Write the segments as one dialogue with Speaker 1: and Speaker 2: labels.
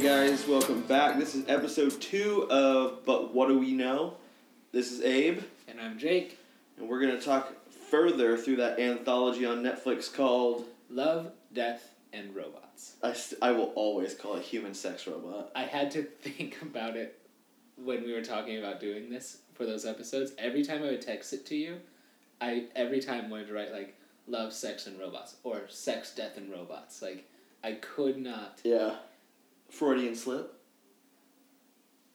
Speaker 1: guys, welcome back. This is episode two of But What Do We Know? This is Abe,
Speaker 2: And I'm Jake.
Speaker 1: and we're going to talk further through that anthology on Netflix called
Speaker 2: Love, death, and robots.
Speaker 1: I, st- I Will Always Call It Human Sex Robot.
Speaker 2: I had to think about it when we were talking about doing this for those episodes. Every time I would text it to you, I every time wanted to write like love, sex, and robots or sex, death, and robots. Like I could not.
Speaker 1: Yeah. Freudian slip.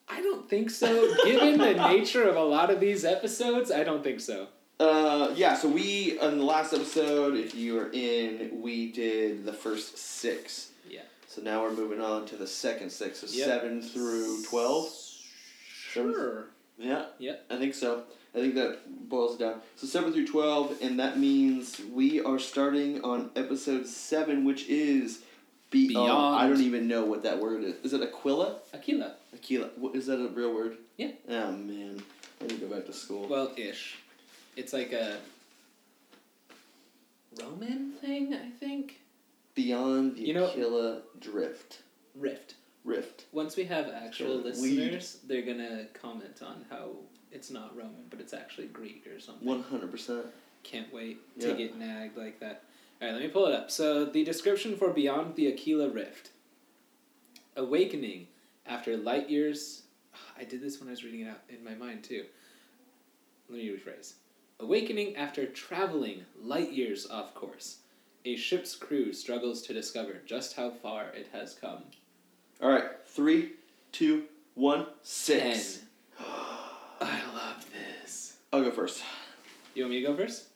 Speaker 2: I don't think so. Given the nature of a lot of these episodes, I don't think so.
Speaker 1: Uh, yeah, so we, on the last episode, if you were in, we did the first six.
Speaker 2: Yeah.
Speaker 1: So now we're moving on to the second six, so
Speaker 2: Yep.
Speaker 1: seven through 12.
Speaker 2: Sure.
Speaker 1: Yeah.
Speaker 2: Yep.
Speaker 1: I think so. I think that boils it down. So seven through twelve, and that means we are starting on episode seven, which is be- oh,
Speaker 2: Beyond.
Speaker 1: I don't even know what that word is. Is it Aquila?
Speaker 2: Aquila.
Speaker 1: Aquila. What, is that a real word?
Speaker 2: Yeah.
Speaker 1: Oh man, I need to go back to school.
Speaker 2: Well, ish. It's like a Roman thing, I think.
Speaker 1: Beyond the
Speaker 2: You know-
Speaker 1: Aquila drift.
Speaker 2: Rift.
Speaker 1: Rift.
Speaker 2: Once we have actual
Speaker 1: Weed.
Speaker 2: listeners, they're gonna comment on how it's not Roman, but it's actually Greek or something.
Speaker 1: One hundred percent.
Speaker 2: Can't wait to
Speaker 1: Yeah.
Speaker 2: get nagged like that. All right, let me pull it up. So the description for Beyond the Aquila Rift: Awakening after light years. I did this when I was reading it out in my mind too. Let me rephrase. Awakening after traveling light years off course. A ship's crew struggles to discover just how far it has come.
Speaker 1: All right. Three, two, one, six.
Speaker 2: Ten. I love this.
Speaker 1: I'll go first.
Speaker 2: You want me to go first?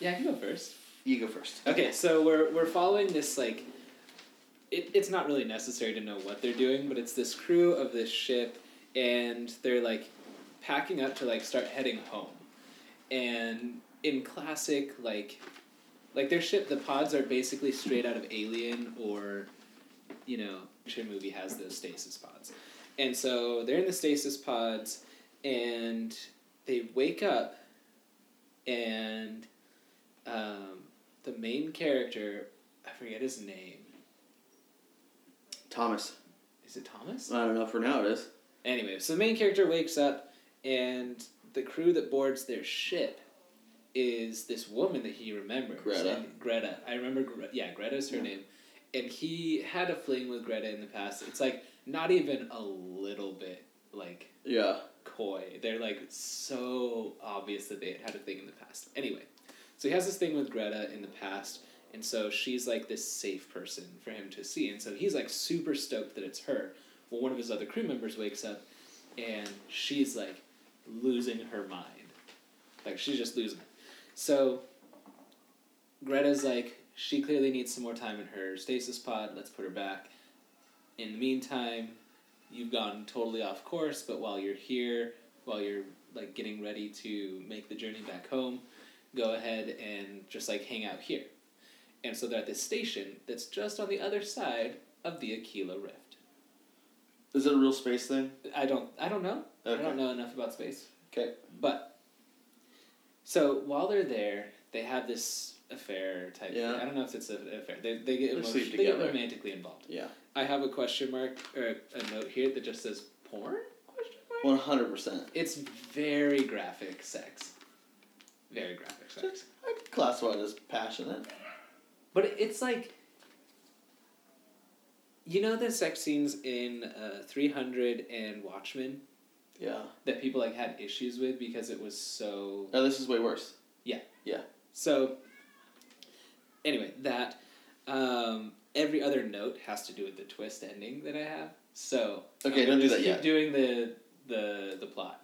Speaker 2: Yeah, I can go first.
Speaker 1: You go first.
Speaker 2: Okay, so we're we're following this like it, it's not really necessary to know what they're doing, but it's this crew of this ship and they're like packing up to like start heading home. And in classic like like their ship the pods are basically straight out of Alien or you know, action movie has those stasis pods. And so they're in the stasis pods and they wake up and um, the main character, I forget his name.
Speaker 1: Thomas.
Speaker 2: Is it Thomas?
Speaker 1: I don't know. For now, it is.
Speaker 2: Anyway, so the main character wakes up, and the crew that boards their ship is this woman that he remembers.
Speaker 1: Greta.
Speaker 2: And Greta. I remember. Gre- yeah, Greta's her
Speaker 1: Yeah.
Speaker 2: name, and he had a fling with Greta in the past. It's like not even a little bit like
Speaker 1: Yeah.
Speaker 2: coy. They're like so obvious that they had had a thing in the past. Anyway, so he has this thing with Greta in the past, and so she's like this safe person for him to see, and so he's like super stoked that it's her. Well, one of his other crew members wakes up, and she's like losing her mind, like she's just losing it. So Greta's like she clearly needs some more time in her stasis pod. Let's put her back. In the meantime, you've gone totally off course, but while you're here, while you're like getting ready to make the journey back home, go ahead and just like hang out here. And so they're at this station that's just on the other side of the Aquila Rift.
Speaker 1: Is it a real space thing?
Speaker 2: I don't I don't know. I
Speaker 1: Okay.
Speaker 2: don't know enough about space.
Speaker 1: Okay.
Speaker 2: But so while they're there, they have this affair type
Speaker 1: Yeah.
Speaker 2: thing. I don't know if it's an affair. They, they get
Speaker 1: They sleep
Speaker 2: emotion, they get
Speaker 1: together.
Speaker 2: romantically involved.
Speaker 1: Yeah.
Speaker 2: I have a question mark or a note here that just says porn question mark.
Speaker 1: One hundred percent.
Speaker 2: It's very graphic sex. Very graphic sex.
Speaker 1: I'd classify it as passionate.
Speaker 2: But it- it's like. You know the sex scenes in uh, 300 and Watchmen
Speaker 1: Yeah.
Speaker 2: that people like had issues with because it was so.
Speaker 1: Oh, this is way worse.
Speaker 2: So. Anyway, that. Um, every other note has to do with the twist ending that I have. So.
Speaker 1: Okay, don't
Speaker 2: I'm
Speaker 1: do
Speaker 2: gonna just
Speaker 1: that
Speaker 2: keep
Speaker 1: yet.
Speaker 2: doing the, the, the plot.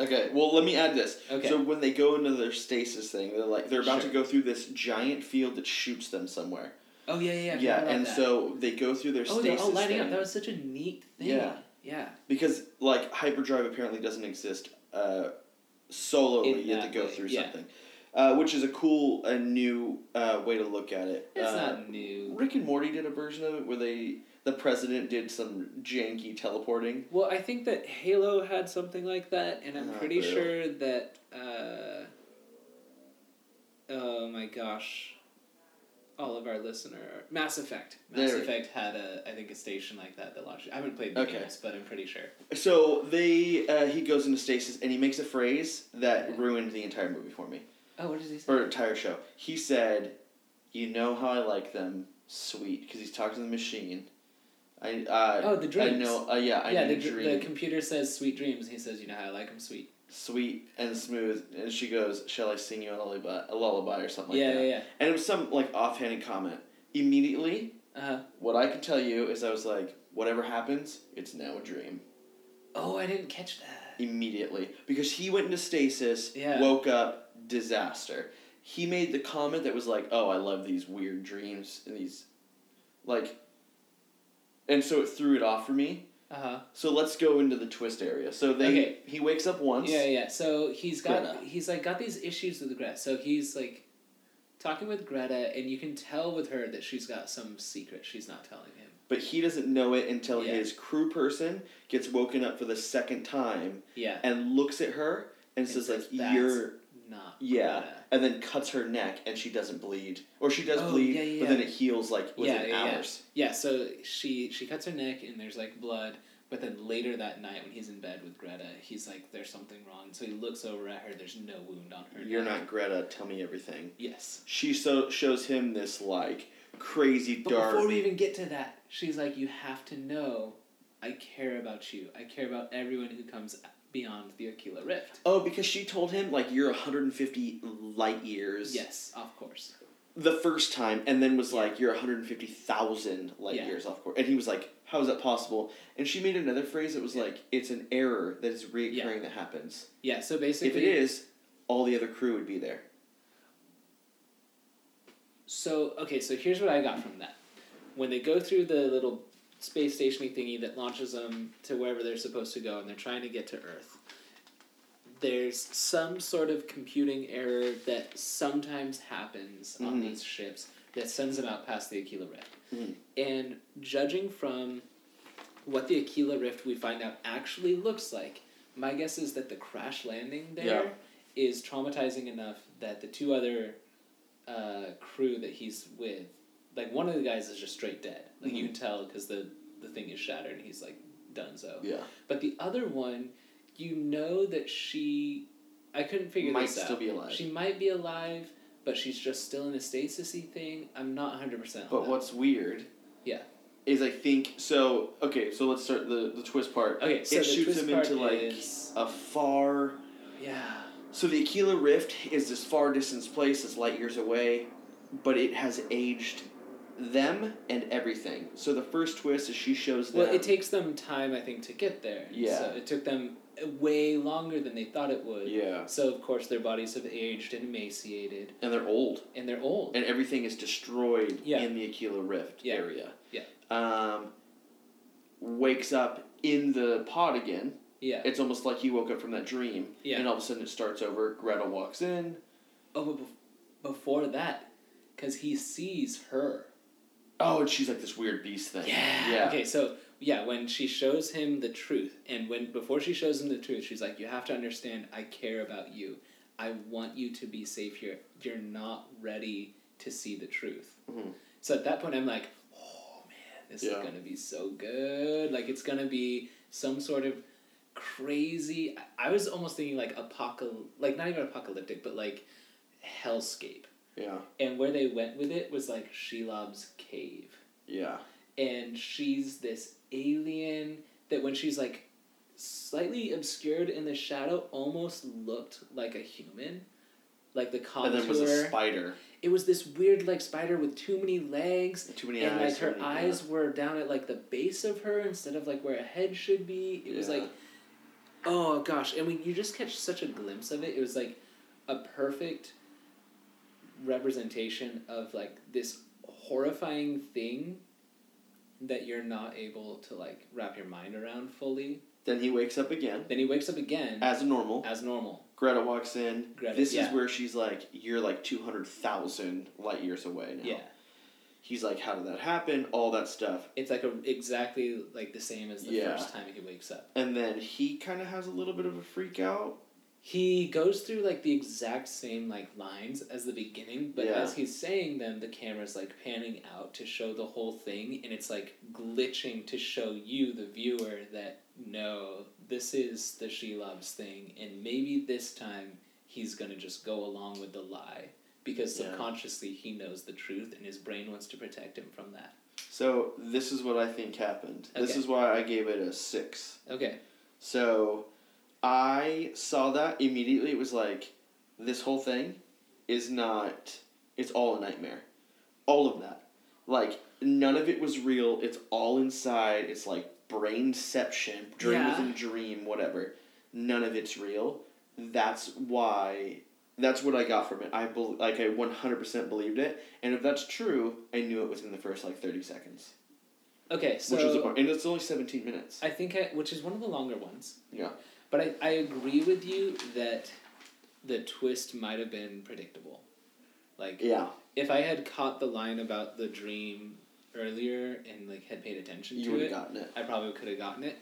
Speaker 1: Okay. Well, let me add this.
Speaker 2: Okay.
Speaker 1: So when they go into their stasis thing, they're like they're about
Speaker 2: Sure.
Speaker 1: to go through this giant field that shoots them somewhere.
Speaker 2: oh, yeah, yeah, yeah. I forgot about
Speaker 1: and
Speaker 2: that.
Speaker 1: so they go through their
Speaker 2: Oh, they're
Speaker 1: stasis
Speaker 2: all lighting
Speaker 1: thing
Speaker 2: up. That was such a neat thing.
Speaker 1: Yeah.
Speaker 2: Yeah.
Speaker 1: because like hyperdrive apparently doesn't exist uh, sololy.
Speaker 2: In
Speaker 1: you have
Speaker 2: that
Speaker 1: to go
Speaker 2: way,
Speaker 1: through
Speaker 2: yeah.
Speaker 1: something, uh, which is a cool and new uh, way to look at it.
Speaker 2: It's
Speaker 1: Uh,
Speaker 2: not new.
Speaker 1: Rick and Morty did a version of it where they the president did some janky teleporting.
Speaker 2: Well, I think that Halo had something like that, and I'm
Speaker 1: Not
Speaker 2: pretty
Speaker 1: Uh-huh. really.
Speaker 2: sure that. Uh, oh my gosh. all of our listener Mass Effect. Mass
Speaker 1: There.
Speaker 2: Effect had a I think a station like that that launched. I haven't played the
Speaker 1: Okay.
Speaker 2: games, but I'm pretty sure.
Speaker 1: So they uh, he goes into stasis and he makes a phrase that ruined the entire movie for me
Speaker 2: Oh, what does he say?
Speaker 1: or entire show. He said, "You know how I like them, sweet," because he's talking to the machine. I uh,
Speaker 2: Oh, the
Speaker 1: I
Speaker 2: dreams.
Speaker 1: know. Uh, yeah, I
Speaker 2: yeah,
Speaker 1: know
Speaker 2: the, dr-
Speaker 1: dream
Speaker 2: the computer says sweet dreams. He says, you know how I like them sweet.
Speaker 1: sweet and smooth, and she goes, "Shall I sing you a lullaby, a lullaby or something
Speaker 2: yeah,
Speaker 1: like that?"
Speaker 2: yeah,
Speaker 1: And it was some like offhanded comment. Immediately,
Speaker 2: yeah. Uh-huh.
Speaker 1: what I can tell you is I was like, "Whatever happens, it's now a dream."
Speaker 2: Oh, I didn't catch that.
Speaker 1: immediately because he went into stasis,
Speaker 2: Yeah.
Speaker 1: woke up, disaster. He made the comment that was like, "Oh, I love these weird dreams and these, like." And so it threw it off for me.
Speaker 2: Uh huh.
Speaker 1: So let's go into the twist area. So they
Speaker 2: Okay.
Speaker 1: he wakes up once.
Speaker 2: Yeah, yeah. So he's got
Speaker 1: Greta.
Speaker 2: he's like got these issues with Greta. So he's like talking with Greta, and you can tell with her that she's got some secret she's not telling him.
Speaker 1: but he doesn't know it until
Speaker 2: Yeah.
Speaker 1: his crew person gets woken up for the second time
Speaker 2: Yeah,
Speaker 1: and looks at her and,
Speaker 2: And
Speaker 1: says
Speaker 2: says,
Speaker 1: like,
Speaker 2: "That's
Speaker 1: "You're."
Speaker 2: not.
Speaker 1: Yeah,
Speaker 2: Greta.
Speaker 1: and then cuts her neck, and she doesn't bleed, or she does
Speaker 2: Oh,
Speaker 1: bleed,
Speaker 2: yeah, yeah,
Speaker 1: but
Speaker 2: yeah.
Speaker 1: then it heals like
Speaker 2: Yeah,
Speaker 1: within
Speaker 2: yeah, yeah.
Speaker 1: hours.
Speaker 2: Yeah. So she she cuts her neck, and there's like blood. But then later that night, when he's in bed with Greta, he's like, "There's something wrong." So he looks over at her. There's no wound on her.
Speaker 1: You're
Speaker 2: neck.
Speaker 1: not Greta. Tell me everything.
Speaker 2: Yes.
Speaker 1: She so shows him this like crazy
Speaker 2: But
Speaker 1: dark.
Speaker 2: before we even get to that, she's like, "You have to know, I care about you. I care about everyone who comes beyond the Aquila Rift."
Speaker 1: Oh, because she told him like you're 150 light years.
Speaker 2: Yes, of course.
Speaker 1: The first time, and then was like you're 150,000 light
Speaker 2: Yeah.
Speaker 1: years off course, and he was like, "How is that possible?" And she made another phrase that was like, "It's an error that is reoccurring
Speaker 2: Yeah.
Speaker 1: that happens.
Speaker 2: Yeah. So basically,
Speaker 1: if it is, all the other crew would be there."
Speaker 2: So okay, so here's what I got from that. When they go through the little space stationy thingy that launches them to wherever they're supposed to go, and they're trying to get to Earth, there's some sort of computing error that sometimes happens on
Speaker 1: Mhm.
Speaker 2: these ships that sends them out past the Aquila Rift.
Speaker 1: Mhm.
Speaker 2: And judging from what the Aquila Rift we find out actually looks like, my guess is that the crash landing there is traumatizing enough that the two other uh, crew that he's with, like one of the guys is just straight dead. Like you
Speaker 1: Mm-hmm.
Speaker 2: can tell because the the thing is shattered and he's like done so.
Speaker 1: Yeah,
Speaker 2: But the other one, you know that she, I couldn't figure
Speaker 1: might
Speaker 2: this out.
Speaker 1: still be alive.
Speaker 2: She might be alive, but she's just still in a stasisy thing. I'm not hundred percent.
Speaker 1: But what's weird?
Speaker 2: Yeah.
Speaker 1: Is I think so. Okay, so let's start the the twist part.
Speaker 2: Okay, so
Speaker 1: it
Speaker 2: the
Speaker 1: shoots
Speaker 2: twist
Speaker 1: him
Speaker 2: part
Speaker 1: into like
Speaker 2: is-
Speaker 1: a far.
Speaker 2: Yeah.
Speaker 1: So the Aquila Rift is this far distance place that's light years away, but it has aged them and everything. So the first twist is she shows them.
Speaker 2: Well, it takes them time, I think, to get there.
Speaker 1: Yeah.
Speaker 2: So it took them way longer than they thought it would.
Speaker 1: yeah,
Speaker 2: So of course their bodies have aged and emaciated,
Speaker 1: and they're old,
Speaker 2: and they're old.
Speaker 1: and everything is destroyed
Speaker 2: Yeah.
Speaker 1: in the Aquila Rift
Speaker 2: Yeah.
Speaker 1: area.
Speaker 2: Yeah.
Speaker 1: Um, wakes up in the pod again.
Speaker 2: yeah.
Speaker 1: It's almost like he woke up from that dream,
Speaker 2: Yeah.
Speaker 1: and all of a sudden it starts over. Greta walks in.
Speaker 2: Oh, but bef- before that, because he sees her.
Speaker 1: Oh, and she's like this weird beast thing. Yeah.
Speaker 2: Okay, so yeah, when she shows him the truth, and when before she shows him the truth, she's like, "You have to understand. I care about you. I want you to be safe here. You're not ready to see the truth."
Speaker 1: Mhm.
Speaker 2: So at that point, I'm like, "Oh man, this
Speaker 1: Yeah.
Speaker 2: is gonna be so good. Like it's gonna be some sort of." crazy I- i was almost thinking like apocal like not even apocalyptic but like hellscape
Speaker 1: Yeah.
Speaker 2: and where they went with it was like Shelob's cave.
Speaker 1: Yeah.
Speaker 2: And she's this alien that when she's like slightly obscured in the shadow almost looked like a human. Like the
Speaker 1: And
Speaker 2: contour.
Speaker 1: then was a spider.
Speaker 2: it was this weird like spider with too many legs.
Speaker 1: Too many
Speaker 2: and
Speaker 1: eyes.
Speaker 2: like her
Speaker 1: too many-
Speaker 2: eyes were down at like the base of her instead of like where a head should be. It was
Speaker 1: Yeah.
Speaker 2: like oh gosh. And when you just catch such a glimpse of it, it was like a perfect representation of like this horrifying thing that you're not able to like wrap your mind around fully.
Speaker 1: Then he wakes up again
Speaker 2: Then he wakes up again
Speaker 1: as normal.
Speaker 2: as normal.
Speaker 1: Greta walks in.
Speaker 2: Greta,
Speaker 1: this
Speaker 2: yeah.
Speaker 1: is where she's like, "You're like two hundred thousand light years away now."
Speaker 2: Yeah.
Speaker 1: He's like, "How did that happen?" All that stuff,
Speaker 2: It's like a exactly like the same as the
Speaker 1: Yeah.
Speaker 2: first time he wakes up.
Speaker 1: and then he kind of has a little bit of a freak out.
Speaker 2: he goes through like the exact same like lines as the beginning, but
Speaker 1: Yeah.
Speaker 2: as he's saying them, the camera's like panning out to show the whole thing, and it's like glitching to show you, the viewer, that no, this is the she loves thing, and maybe this time he's gonna just go along with the lie because
Speaker 1: Yeah.
Speaker 2: subconsciously he knows the truth, and his brain wants to protect him from that.
Speaker 1: So this is what I think happened. This
Speaker 2: Okay.
Speaker 1: is why I gave it a six.
Speaker 2: Okay.
Speaker 1: So I saw that immediately. It was like, this whole thing is not, it's all a nightmare. All of that. Like, none of it was real. It's all inside. It's like brainception, dream
Speaker 2: Yeah.
Speaker 1: within dream, whatever. None of it's real. That's why, that's what I got from it. I bel like, I 100% believed it. And if that's true, I knew it was in the first, like, 30 seconds.
Speaker 2: Okay. So
Speaker 1: which was a bar. And it's only 17 minutes.
Speaker 2: I think I, which is one of the longer ones.
Speaker 1: Yeah.
Speaker 2: But I, I agree with you that the twist might have been predictable. Like
Speaker 1: yeah.
Speaker 2: if I had caught the line about the dream earlier and like had paid attention
Speaker 1: You
Speaker 2: to
Speaker 1: would have
Speaker 2: it,
Speaker 1: gotten it.
Speaker 2: I probably could have gotten it.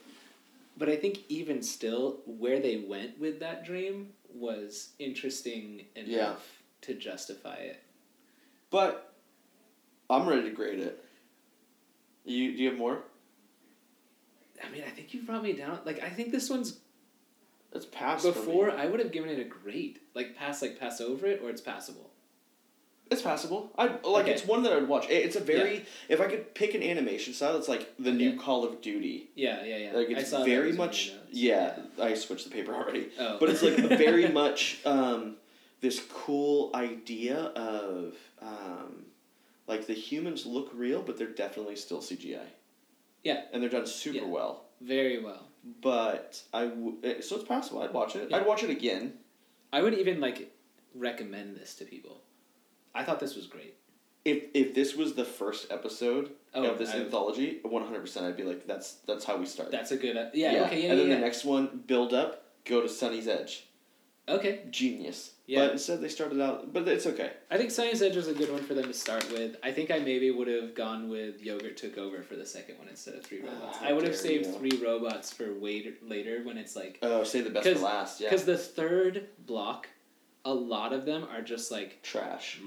Speaker 2: But I think even still where they went with that dream was interesting enough
Speaker 1: Yeah.
Speaker 2: to justify it.
Speaker 1: But I'm ready to grade it. You do you have more?
Speaker 2: I mean, I think you brought me down. Like I think this one's
Speaker 1: That's past for me.
Speaker 2: before I would have given it a grade. Like pass like pass over it or it's passable.
Speaker 1: It's passable. I like
Speaker 2: Okay.
Speaker 1: it's one that I'd watch. It- It's a very if I could pick an animation style, it's like the new
Speaker 2: Okay.
Speaker 1: Call of Duty.
Speaker 2: Yeah, yeah, yeah.
Speaker 1: Like
Speaker 2: I
Speaker 1: it's
Speaker 2: saw that
Speaker 1: very
Speaker 2: was one of
Speaker 1: much
Speaker 2: your notes.
Speaker 1: yeah, I switched the paper already.
Speaker 2: Oh.
Speaker 1: But it's like very much um, this cool idea of um, like the humans look real, but they're definitely still CGI.
Speaker 2: Yeah.
Speaker 1: And they're done super
Speaker 2: Yeah.
Speaker 1: well.
Speaker 2: Very well.
Speaker 1: But I w- eh, so it's possible. I'd watch it.
Speaker 2: Yeah.
Speaker 1: I'd watch it again.
Speaker 2: I would even like recommend this to people. I thought this was great.
Speaker 1: If if this was the first episode
Speaker 2: Oh,
Speaker 1: of this
Speaker 2: I-
Speaker 1: anthology, one hundred percent, I'd be like, that's that's how we start.
Speaker 2: That's a good. uh, yeah, Okay. Yeah.
Speaker 1: and then
Speaker 2: yeah,
Speaker 1: the
Speaker 2: yeah.
Speaker 1: next one, build up, go to Sunny's Edge.
Speaker 2: Okay.
Speaker 1: Genius.
Speaker 2: Yeah.
Speaker 1: But instead they started out. But it's okay.
Speaker 2: I think Sunny's Edge was a good one for them to start with. I think I maybe would have gone with Yogurt Took Over for the second one instead of Three
Speaker 1: Ah,
Speaker 2: Robots.
Speaker 1: how
Speaker 2: I would
Speaker 1: dare
Speaker 2: have saved
Speaker 1: you.
Speaker 2: Three Robots for waiter, later when it's like
Speaker 1: Oh, say the best for
Speaker 2: 'Cause-
Speaker 1: last. Yeah.
Speaker 2: because the third block, a lot of them are just like.
Speaker 1: Trash.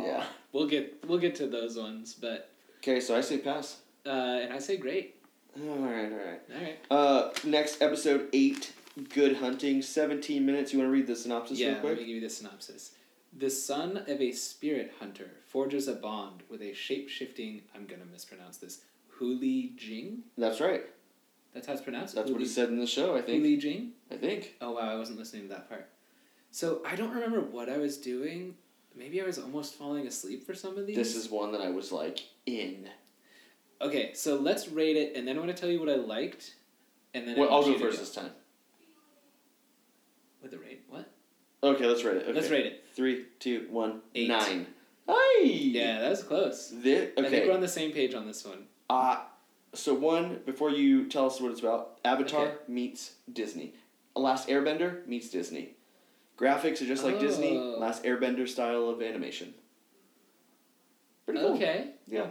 Speaker 2: Yeah. We'll get we'll get to those ones, but
Speaker 1: Okay, so I say pass.
Speaker 2: uh, and I say great.
Speaker 1: All right, all right.
Speaker 2: All right.
Speaker 1: Uh, next episode eight. Good hunting. Seventeen minutes. You want to read the synopsis
Speaker 2: yeah,
Speaker 1: real quick?
Speaker 2: let me give you the synopsis. The son of a spirit hunter forges a bond with a shape shifting, I'm going to mispronounce this, Huli Jing?
Speaker 1: That's right.
Speaker 2: That's how it's pronounced?
Speaker 1: That's what
Speaker 2: Huli-
Speaker 1: it said in the show. I think.
Speaker 2: Huli Jing?
Speaker 1: I think.
Speaker 2: Oh, wow, I wasn't listening to that part. So I don't remember what I was doing. Maybe I was almost falling asleep for some of these.
Speaker 1: This is one that I was like in.
Speaker 2: Okay, so let's rate it, and then I'm going to tell you what I liked. And then I
Speaker 1: Well, I'll
Speaker 2: want
Speaker 1: go
Speaker 2: you to
Speaker 1: first this time.
Speaker 2: With the rate? What?
Speaker 1: Okay, let's rate it. Okay.
Speaker 2: Let's rate it.
Speaker 1: Three, two, one,
Speaker 2: Eight.
Speaker 1: nine. Hey.
Speaker 2: Yeah, that was close.
Speaker 1: This,
Speaker 2: I think we're
Speaker 1: okay.
Speaker 2: on the same page on this one.
Speaker 1: Uh, so one before you tell us what it's about. Avatar meets Disney. Last Airbender meets Disney. Graphics are just like Disney.
Speaker 2: Oh.
Speaker 1: Last Airbender style of animation. Pretty cool.
Speaker 2: Okay.
Speaker 1: Yeah.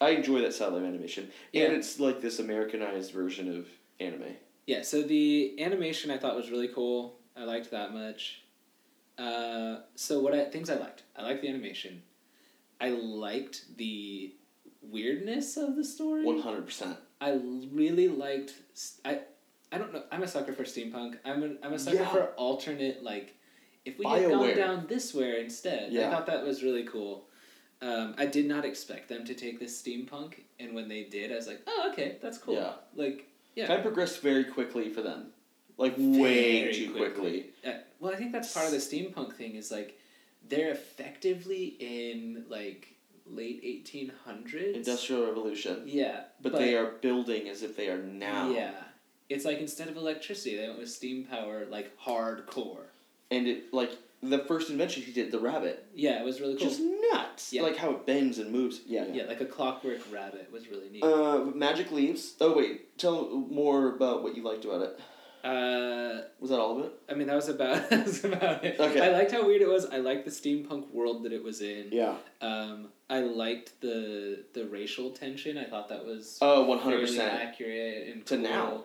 Speaker 1: I enjoy that style of animation, and
Speaker 2: Yeah.
Speaker 1: it's like this Americanized version of anime.
Speaker 2: Yeah, so the animation I thought was really cool. I liked that much. Uh, so what I things I liked. I liked the animation. I liked the weirdness of the story.
Speaker 1: One hundred percent.
Speaker 2: I l- really liked s- I I don't know. I'm a sucker for steampunk. I'm a, I'm a sucker
Speaker 1: Yeah.
Speaker 2: for alternate like if we had gone
Speaker 1: BioWare.
Speaker 2: down this way instead. I
Speaker 1: Yeah.
Speaker 2: thought that was really cool. Um, I did not expect them to take this steampunk and when they did I was like, "Oh, okay, that's cool."
Speaker 1: Yeah.
Speaker 2: Like yeah.
Speaker 1: Time progressed very quickly for them. Like way
Speaker 2: Very
Speaker 1: too quickly.
Speaker 2: Uh, well, I think that's part of the steampunk thing is like they're effectively in like late 1800s.
Speaker 1: Industrial Revolution.
Speaker 2: Yeah.
Speaker 1: But, they are building as if they are now.
Speaker 2: Yeah. It's like instead of electricity, they went with steam power, like hardcore.
Speaker 1: And it like the first invention he did, the rabbit.
Speaker 2: Yeah, it was really cool.
Speaker 1: Just nuts.
Speaker 2: Yeah.
Speaker 1: Like how it bends and moves. Yeah, yeah.
Speaker 2: yeah. like a clockwork rabbit was really neat.
Speaker 1: Uh, magic leaves. Oh wait, tell more about what you liked about it.
Speaker 2: Uh,
Speaker 1: Was that all of it?
Speaker 2: I mean, that was about that was about it.
Speaker 1: Okay.
Speaker 2: I liked how weird it was. I liked the steampunk world that it was in.
Speaker 1: Yeah.
Speaker 2: Um, I liked the the racial tension. I thought that was
Speaker 1: Oh, one hundred
Speaker 2: fairly
Speaker 1: percent.
Speaker 2: accurate and
Speaker 1: To
Speaker 2: cool.
Speaker 1: now.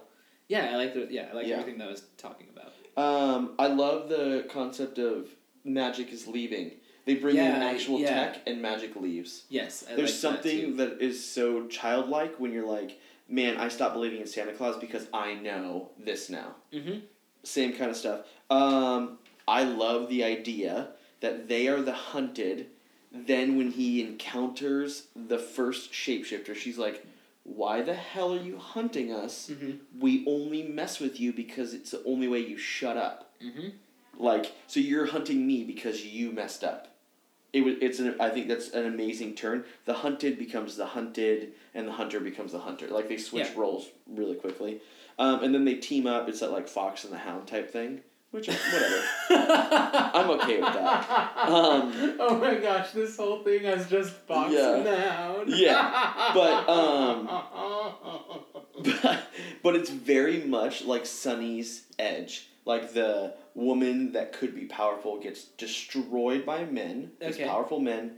Speaker 2: Yeah, I like the yeah, I like
Speaker 1: Yeah.
Speaker 2: everything that I was talking about.
Speaker 1: Um, I love the concept of magic is leaving. They bring in
Speaker 2: Yeah,
Speaker 1: an actual
Speaker 2: yeah.
Speaker 1: tech and magic leaves.
Speaker 2: Yes, I
Speaker 1: There's
Speaker 2: liked that
Speaker 1: something
Speaker 2: too.
Speaker 1: that is so childlike when you're like, man, I stopped believing in Santa Claus because I know this now.
Speaker 2: Mhm.
Speaker 1: Same kind of stuff. Um, I love the idea that they are the hunted. Then when he encounters the first shapeshifter, she's like, why the hell are you hunting us?
Speaker 2: Mhm.
Speaker 1: We only mess with you because it's the only way you shut up.
Speaker 2: Mhm.
Speaker 1: Like, so you're hunting me because you messed up. It was. It's an. I think that's an amazing turn. The hunted becomes the hunted, and the hunter becomes the hunter. Like they switch
Speaker 2: Yeah.
Speaker 1: roles really quickly, um, and then they team up. It's that like fox and the hound type thing, which whatever. I'm okay with that. Um,
Speaker 2: oh my gosh, this whole thing has just fox
Speaker 1: Yeah.
Speaker 2: and the hound.
Speaker 1: Yeah, but,
Speaker 2: Uh, um.
Speaker 1: but, but it's very much like Sunny's Edge. Like the woman that could be powerful gets destroyed by men, these
Speaker 2: Okay.
Speaker 1: powerful men,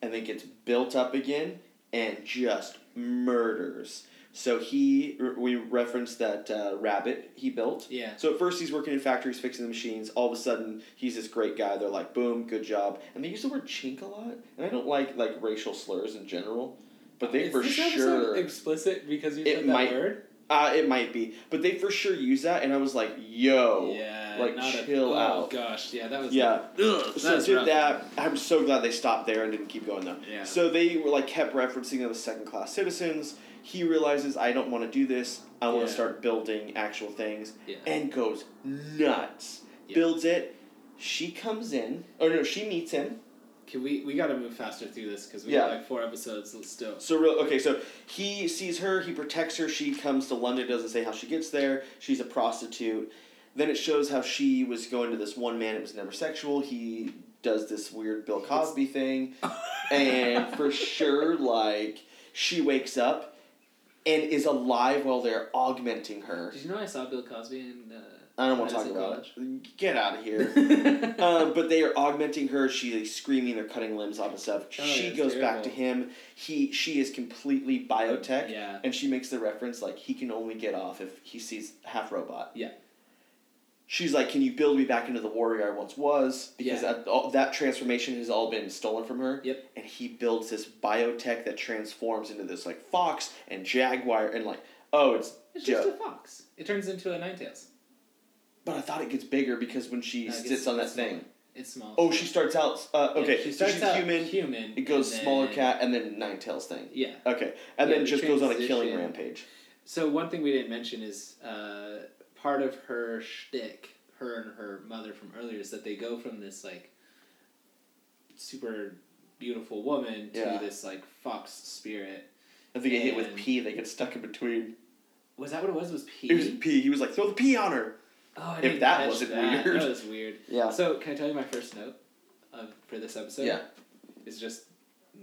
Speaker 1: and then gets built up again and just murders. So he, we referenced that uh, rabbit he built.
Speaker 2: Yeah.
Speaker 1: So at first he's working in factories fixing the machines. All of a sudden he's this great guy. They're like, boom, good job. And they use the word chink a lot. And I don't like like racial slurs in general, but they
Speaker 2: Is
Speaker 1: for
Speaker 2: this
Speaker 1: sure
Speaker 2: episode explicit because you
Speaker 1: It
Speaker 2: said that
Speaker 1: might-
Speaker 2: word.
Speaker 1: uh, it might be, but they for sure use that, and I was like, "Yo,
Speaker 2: yeah,
Speaker 1: like,
Speaker 2: not
Speaker 1: chill
Speaker 2: a, Oh
Speaker 1: out.
Speaker 2: gosh, yeah, that was
Speaker 1: Yeah.
Speaker 2: Ugh, that
Speaker 1: so
Speaker 2: was
Speaker 1: did
Speaker 2: rough.
Speaker 1: that. I'm so glad they stopped there and didn't keep going though.
Speaker 2: Yeah.
Speaker 1: So they were like kept referencing them as second class citizens. He realizes I don't want to do this. I want
Speaker 2: Yeah.
Speaker 1: to start building actual things,
Speaker 2: Yeah.
Speaker 1: and goes nuts.
Speaker 2: Yeah.
Speaker 1: Builds it. She comes in. Oh no, she meets him.
Speaker 2: Can we we gotta move faster through this because we
Speaker 1: Yeah.
Speaker 2: got like four episodes Let's do it.
Speaker 1: So real okay. So he sees her. He protects her. She comes to London. Doesn't say how she gets there. She's a prostitute. Then it shows how she was going to this one man. It was never sexual. He does this weird Bill Cosby thing, and for sure, like she wakes up and is alive while they're augmenting her.
Speaker 2: Did you know I saw Bill Cosby in? Uh,
Speaker 1: I don't want to talk
Speaker 2: Madison
Speaker 1: about it. Get out of here.
Speaker 2: College?
Speaker 1: um, but they are augmenting her. She's like, screaming. They're cutting limbs off and stuff.
Speaker 2: Oh,
Speaker 1: she
Speaker 2: that's
Speaker 1: goes back to
Speaker 2: terrible.
Speaker 1: him. He she is completely biotech.
Speaker 2: Yeah.
Speaker 1: And she makes the reference like he can only get off if he sees half robot.
Speaker 2: Yeah.
Speaker 1: She's like, "Can you build me back into the warrior I once was?" Because
Speaker 2: Yeah.
Speaker 1: that, all, that transformation has all been stolen from her.
Speaker 2: Yep.
Speaker 1: And he builds this biotech that transforms into this like fox and jaguar and like oh it's
Speaker 2: It's
Speaker 1: Joe.
Speaker 2: just a fox. It turns into a nine tails.
Speaker 1: But I thought it gets bigger because when she sits on that thing.
Speaker 2: It's small.
Speaker 1: Oh, she starts out uh, okay.
Speaker 2: Yeah, she
Speaker 1: so
Speaker 2: starts
Speaker 1: she's
Speaker 2: out
Speaker 1: human.
Speaker 2: Human.
Speaker 1: It goes
Speaker 2: and then-
Speaker 1: smaller cat and then nine tails thing.
Speaker 2: Yeah.
Speaker 1: Okay, and
Speaker 2: Yeah,
Speaker 1: then
Speaker 2: the
Speaker 1: just goes on a killing
Speaker 2: transition.
Speaker 1: rampage.
Speaker 2: So one thing we didn't mention is uh, part of her shtick, her and her mother from earlier, is that they go from this like super beautiful woman to
Speaker 1: Yeah.
Speaker 2: this like fox spirit.
Speaker 1: If they get hit with
Speaker 2: And-
Speaker 1: pee, they get stuck in between.
Speaker 2: Was that what it was? Was pee?
Speaker 1: It was pee. He was like, throw the pee on her.
Speaker 2: oh, I
Speaker 1: if
Speaker 2: didn't
Speaker 1: that
Speaker 2: catch
Speaker 1: wasn't
Speaker 2: that.
Speaker 1: weird.
Speaker 2: That was weird.
Speaker 1: Yeah.
Speaker 2: So can I tell you my first note of, for this episode?
Speaker 1: Yeah.
Speaker 2: Is just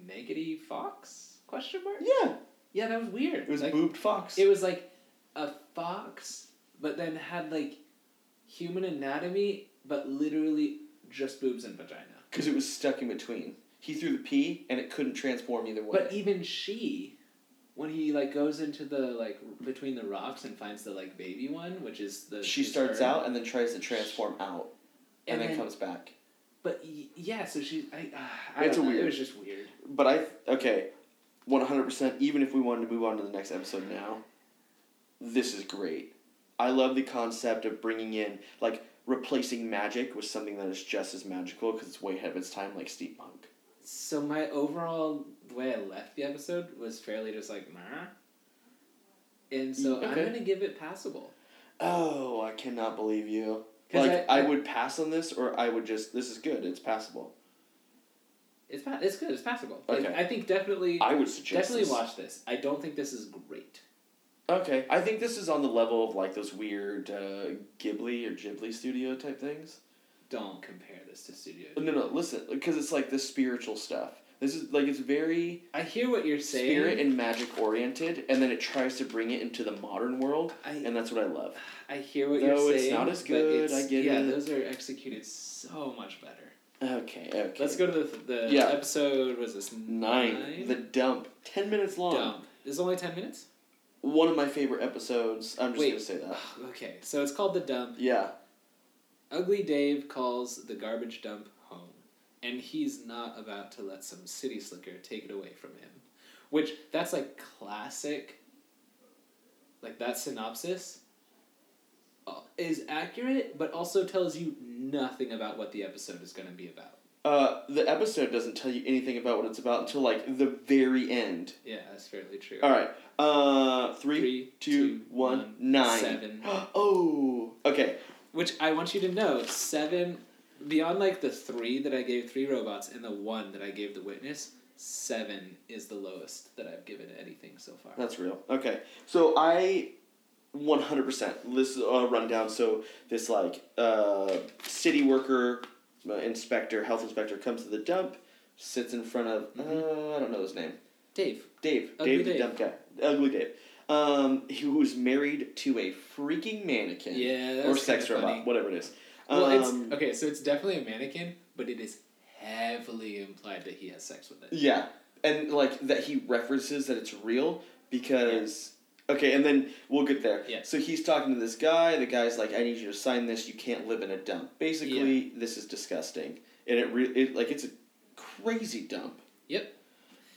Speaker 2: negative fox question mark.
Speaker 1: Yeah,
Speaker 2: Yeah, that was weird.
Speaker 1: it was
Speaker 2: like,
Speaker 1: boobed fox.
Speaker 2: It was like a fox, but then had like human anatomy, but literally just boobs and vagina.
Speaker 1: Because it was stuck in between. He threw the pee, and it couldn't transform either way.
Speaker 2: But even she, when he like goes into the like between the rocks and finds the like baby one, which is the
Speaker 1: she
Speaker 2: is
Speaker 1: starts
Speaker 2: her,
Speaker 1: out and then tries to transform out, and,
Speaker 2: and
Speaker 1: then,
Speaker 2: then
Speaker 1: comes back.
Speaker 2: But y- yeah, so she I, uh, I
Speaker 1: It's
Speaker 2: don't
Speaker 1: a
Speaker 2: know,
Speaker 1: weird-
Speaker 2: It was just weird.
Speaker 1: But I okay, one hundred percent. Even if we wanted to move on to the next episode now, this is great. I love the concept of bringing in like replacing magic with something that is just as magical because it's way ahead of its time, like steampunk.
Speaker 2: So my overall the way I left the episode was fairly just like meh. And so
Speaker 1: Okay.
Speaker 2: I'm gonna give it passable.
Speaker 1: Oh, I cannot believe you.
Speaker 2: 'Cause
Speaker 1: Like
Speaker 2: I-
Speaker 1: I, would pass on this, or I would just this is good. It's passable.
Speaker 2: It's pa- it's good. It's passable. Like,
Speaker 1: Okay.
Speaker 2: I think definitely
Speaker 1: I would suggest
Speaker 2: definitely
Speaker 1: this.
Speaker 2: watch this. I don't think this is great.
Speaker 1: Okay, I think this is on the level of like those weird uh, Ghibli or Ghibli studio type things.
Speaker 2: Don't compare this to Studio.
Speaker 1: No, no, listen, because it's like the spiritual stuff. This is like it's very
Speaker 2: I hear what you're saying.
Speaker 1: spirit and magic oriented, and then it tries to bring it into the modern world,
Speaker 2: I
Speaker 1: and that's what I love.
Speaker 2: I hear what
Speaker 1: Though
Speaker 2: you're
Speaker 1: it's
Speaker 2: saying.
Speaker 1: not as
Speaker 2: but
Speaker 1: good,
Speaker 2: it's-
Speaker 1: I get
Speaker 2: yeah,
Speaker 1: it.
Speaker 2: those are executed so much better.
Speaker 1: Okay, okay.
Speaker 2: Let's go to the the
Speaker 1: Yeah.
Speaker 2: episode. Was this
Speaker 1: nine. The dump, ten minutes long.
Speaker 2: Dump. This is only ten minutes.
Speaker 1: One of my favorite episodes. I'm just
Speaker 2: Wait.
Speaker 1: gonna say that.
Speaker 2: Ugh, okay, so it's called the dump.
Speaker 1: Yeah.
Speaker 2: Ugly Dave calls the garbage dump home, and he's not about to let some city slicker take it away from him. Which, that's like classic, like that synopsis uh, is accurate, but also tells you nothing about what the episode is going to be about.
Speaker 1: Uh, the episode doesn't tell you anything about what it's about until like the very end.
Speaker 2: Yeah, that's fairly true.
Speaker 1: All right. Uh, three,
Speaker 2: Three,
Speaker 1: two,
Speaker 2: two,
Speaker 1: one,
Speaker 2: one,
Speaker 1: nine.
Speaker 2: seven.
Speaker 1: oh, okay.
Speaker 2: Which I want you to know, seven beyond like the three that I gave three robots and the one that I gave the witness, seven is the lowest that I've given anything so far.
Speaker 1: That's real. Okay. So I 100% this is a rundown so this like uh, city worker uh, inspector health inspector comes to the dump sits in front of uh, I don't know his name
Speaker 2: Dave.
Speaker 1: Dave
Speaker 2: Mm-hmm. Ugly
Speaker 1: Dave the
Speaker 2: Dave.
Speaker 1: dump guy ugly Dave um, who's married to a freaking mannequin
Speaker 2: Yeah, that's
Speaker 1: or sex
Speaker 2: kinda
Speaker 1: robot
Speaker 2: funny.
Speaker 1: whatever it is
Speaker 2: Well,
Speaker 1: Um,
Speaker 2: it's okay, so it's definitely a mannequin, but it is heavily implied that he has sex with it.
Speaker 1: Yeah, and like that he references that it's real because okay, and then we'll get there.
Speaker 2: Yeah.
Speaker 1: So he's talking to this guy. The guy's like, "I need you to sign this. You can't live in a dump. Basically, this is disgusting." And it re- it like it's a crazy dump.
Speaker 2: Yep.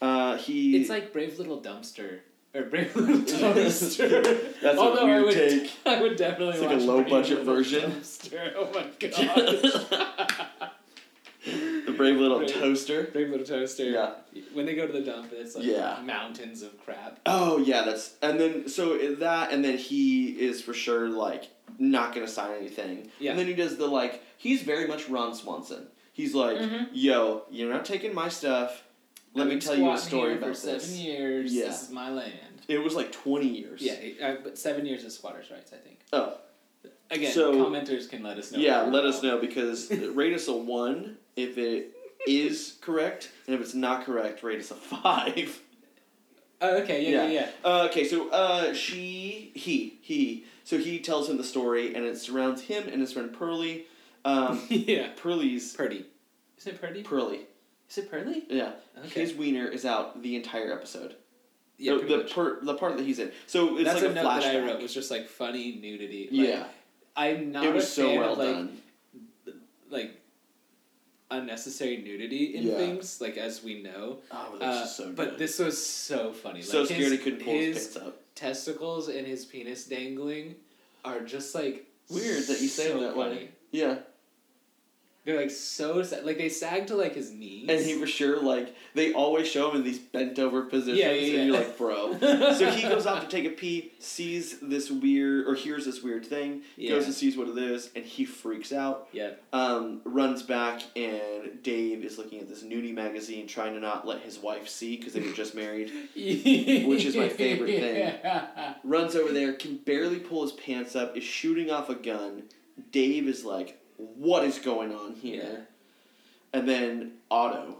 Speaker 1: Uh, he.
Speaker 2: It's like Brave Little Dumpster. Or Brave Little Dumpster.
Speaker 1: That's a
Speaker 2: Although I
Speaker 1: weird
Speaker 2: would,
Speaker 1: take.
Speaker 2: I would definitely
Speaker 1: It's like a
Speaker 2: watch
Speaker 1: low
Speaker 2: Brave
Speaker 1: budget
Speaker 2: Little
Speaker 1: version.
Speaker 2: Dumpster. Oh my god.
Speaker 1: the brave little
Speaker 2: Brave-
Speaker 1: toaster.
Speaker 2: Big Little Toaster.
Speaker 1: Yeah.
Speaker 2: When they go to the dump, it's like
Speaker 1: Yeah.
Speaker 2: mountains of crap.
Speaker 1: Oh yeah, that's and then so it- that and then he is for sure like not gonna sign anything.
Speaker 2: Yeah.
Speaker 1: And then he does the like he's very much Ron Swanson. He's like, yo, you're not taking my stuff. Let
Speaker 2: I've
Speaker 1: me
Speaker 2: been
Speaker 1: tell you a
Speaker 2: squatting
Speaker 1: story
Speaker 2: here
Speaker 1: about
Speaker 2: for
Speaker 1: this.
Speaker 2: seven years.
Speaker 1: Yeah.
Speaker 2: This is my land.
Speaker 1: It was like twenty years.
Speaker 2: Yeah, uh, but seven years is squatters' rights, I think.
Speaker 1: Oh
Speaker 2: Again,
Speaker 1: So-
Speaker 2: commenters can let us know.
Speaker 1: yeah, let us know because rate us a one if it is correct, and if it's not correct, rate us a five.
Speaker 2: Oh, okay. Yeah, yeah, yeah.
Speaker 1: Uh, okay, so uh, she, he, he. So he tells him the story, and it surrounds him and his friend Pearly. Um,
Speaker 2: Yeah.
Speaker 1: Pearly's
Speaker 2: Purdy. Isn't it Purdy?
Speaker 1: Pearly.
Speaker 2: Is it Purdy?
Speaker 1: Yeah,
Speaker 2: Okay.
Speaker 1: his wiener is out the entire episode.
Speaker 2: Yeah,
Speaker 1: the
Speaker 2: pretty
Speaker 1: the,
Speaker 2: much.
Speaker 1: per, the part that he's in. So it's
Speaker 2: That's
Speaker 1: like
Speaker 2: a
Speaker 1: a
Speaker 2: note
Speaker 1: flashback.
Speaker 2: that I wrote was just like funny nudity. Like,
Speaker 1: yeah,
Speaker 2: I'm not
Speaker 1: it was
Speaker 2: a
Speaker 1: so
Speaker 2: fan
Speaker 1: well
Speaker 2: of like
Speaker 1: done.
Speaker 2: like unnecessary nudity in
Speaker 1: Yeah.
Speaker 2: things, like as we know.
Speaker 1: Oh, this
Speaker 2: Uh,
Speaker 1: is so
Speaker 2: but
Speaker 1: good.
Speaker 2: this was so funny.
Speaker 1: so
Speaker 2: like
Speaker 1: scared
Speaker 2: his,
Speaker 1: he couldn't pull his,
Speaker 2: his
Speaker 1: pants up.
Speaker 2: testicles and his penis dangling are just like
Speaker 1: Weird that you say
Speaker 2: so
Speaker 1: it that
Speaker 2: funny.
Speaker 1: way. Yeah,
Speaker 2: They're like so sad. Like they sag to like his knees.
Speaker 1: and he for sure like they always show him in these bent over positions,
Speaker 2: Yeah, yeah, yeah.
Speaker 1: and you're like, bro. so he goes out to take a pee, sees this weird or hears this weird thing,
Speaker 2: Yeah.
Speaker 1: goes and sees what it is, and he freaks out.
Speaker 2: Yeah.
Speaker 1: um, runs back and Dave is looking at this nudie magazine, trying to not let his wife see because they were just married.
Speaker 2: Which
Speaker 1: is my favorite thing.
Speaker 2: Yeah.
Speaker 1: Runs over there, can barely pull his pants up, is shooting off a gun. Dave is like, "What is going on here?" And then Otto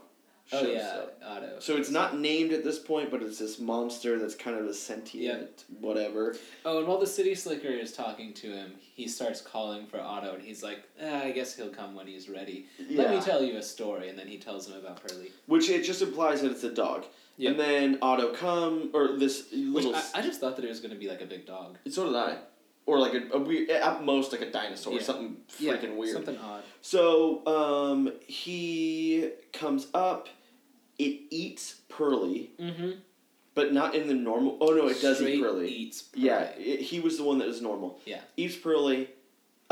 Speaker 1: shows
Speaker 2: Oh yeah,
Speaker 1: up.
Speaker 2: Otto.
Speaker 1: So it's not named at this point, but it's this monster that's kind of a sentient whatever.
Speaker 2: Oh, and while the city slicker is talking to him, he starts calling for Otto, and he's like, ah, "I guess he'll come when he's ready." Let me
Speaker 1: Yeah.
Speaker 2: tell you a story, and then he tells him about Pearly.
Speaker 1: Which it just implies that it's a dog.
Speaker 2: Yeah.
Speaker 1: And then Otto come or this
Speaker 2: Which
Speaker 1: little
Speaker 2: I, I just thought that it was gonna be like a big dog.
Speaker 1: So did I. Or like a, a weird, at most like a dinosaur,
Speaker 2: Yeah.
Speaker 1: something
Speaker 2: Yeah,
Speaker 1: freaking weird.
Speaker 2: Something odd.
Speaker 1: So um, he comes up, it eats Pearly,
Speaker 2: Mm-hmm.
Speaker 1: but not in the normal. Oh no, it does eat
Speaker 2: Straight
Speaker 1: Pearly.
Speaker 2: Eats Pearly.
Speaker 1: Yeah, it, he was the one that was normal.
Speaker 2: Yeah.
Speaker 1: Eats Pearly.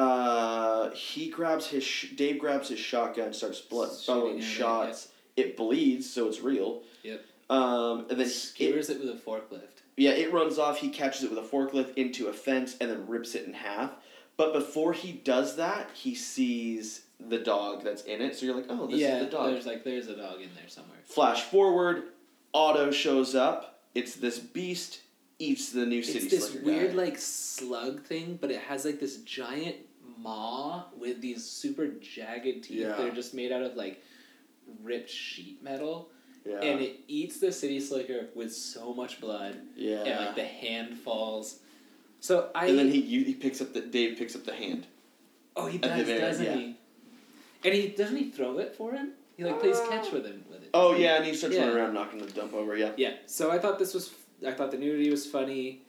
Speaker 1: Uh, he grabs his sh- Dave grabs his shotgun, starts blood
Speaker 2: Shooting
Speaker 1: following
Speaker 2: at it,
Speaker 1: shots. It bleeds, so it's real.
Speaker 2: Yep.
Speaker 1: Um, and then it
Speaker 2: Skewers it with a forklift.
Speaker 1: Yeah, it runs off. He catches it with a forklift into a fence and then rips it in half. But before he does that, he sees the dog that's in it. So you're like, oh, this
Speaker 2: yeah,
Speaker 1: is the dog.
Speaker 2: there's like there's a dog in there somewhere.
Speaker 1: Flash forward, Otto shows up. It's this beast, eats the new city
Speaker 2: it's this
Speaker 1: slicker
Speaker 2: weird
Speaker 1: guy.
Speaker 2: like slug thing, but it has like this giant maw with these super jagged teeth
Speaker 1: Yeah.
Speaker 2: that are just made out of like ripped sheet metal,
Speaker 1: yeah.
Speaker 2: and it eats the city slicker with so much blood,
Speaker 1: yeah.
Speaker 2: and like the hand falls. So I
Speaker 1: And then he u- he picks up the Dave picks up the hand.
Speaker 2: oh he
Speaker 1: the
Speaker 2: does
Speaker 1: very-
Speaker 2: doesn't
Speaker 1: yeah.
Speaker 2: he? And he doesn't he throw it for him? He like plays
Speaker 1: Uh,
Speaker 2: catch with him with it.
Speaker 1: Oh yeah, and he starts
Speaker 2: Yeah.
Speaker 1: running around knocking the dump over. Yeah.
Speaker 2: Yeah, so I thought this was. I thought the nudity was funny.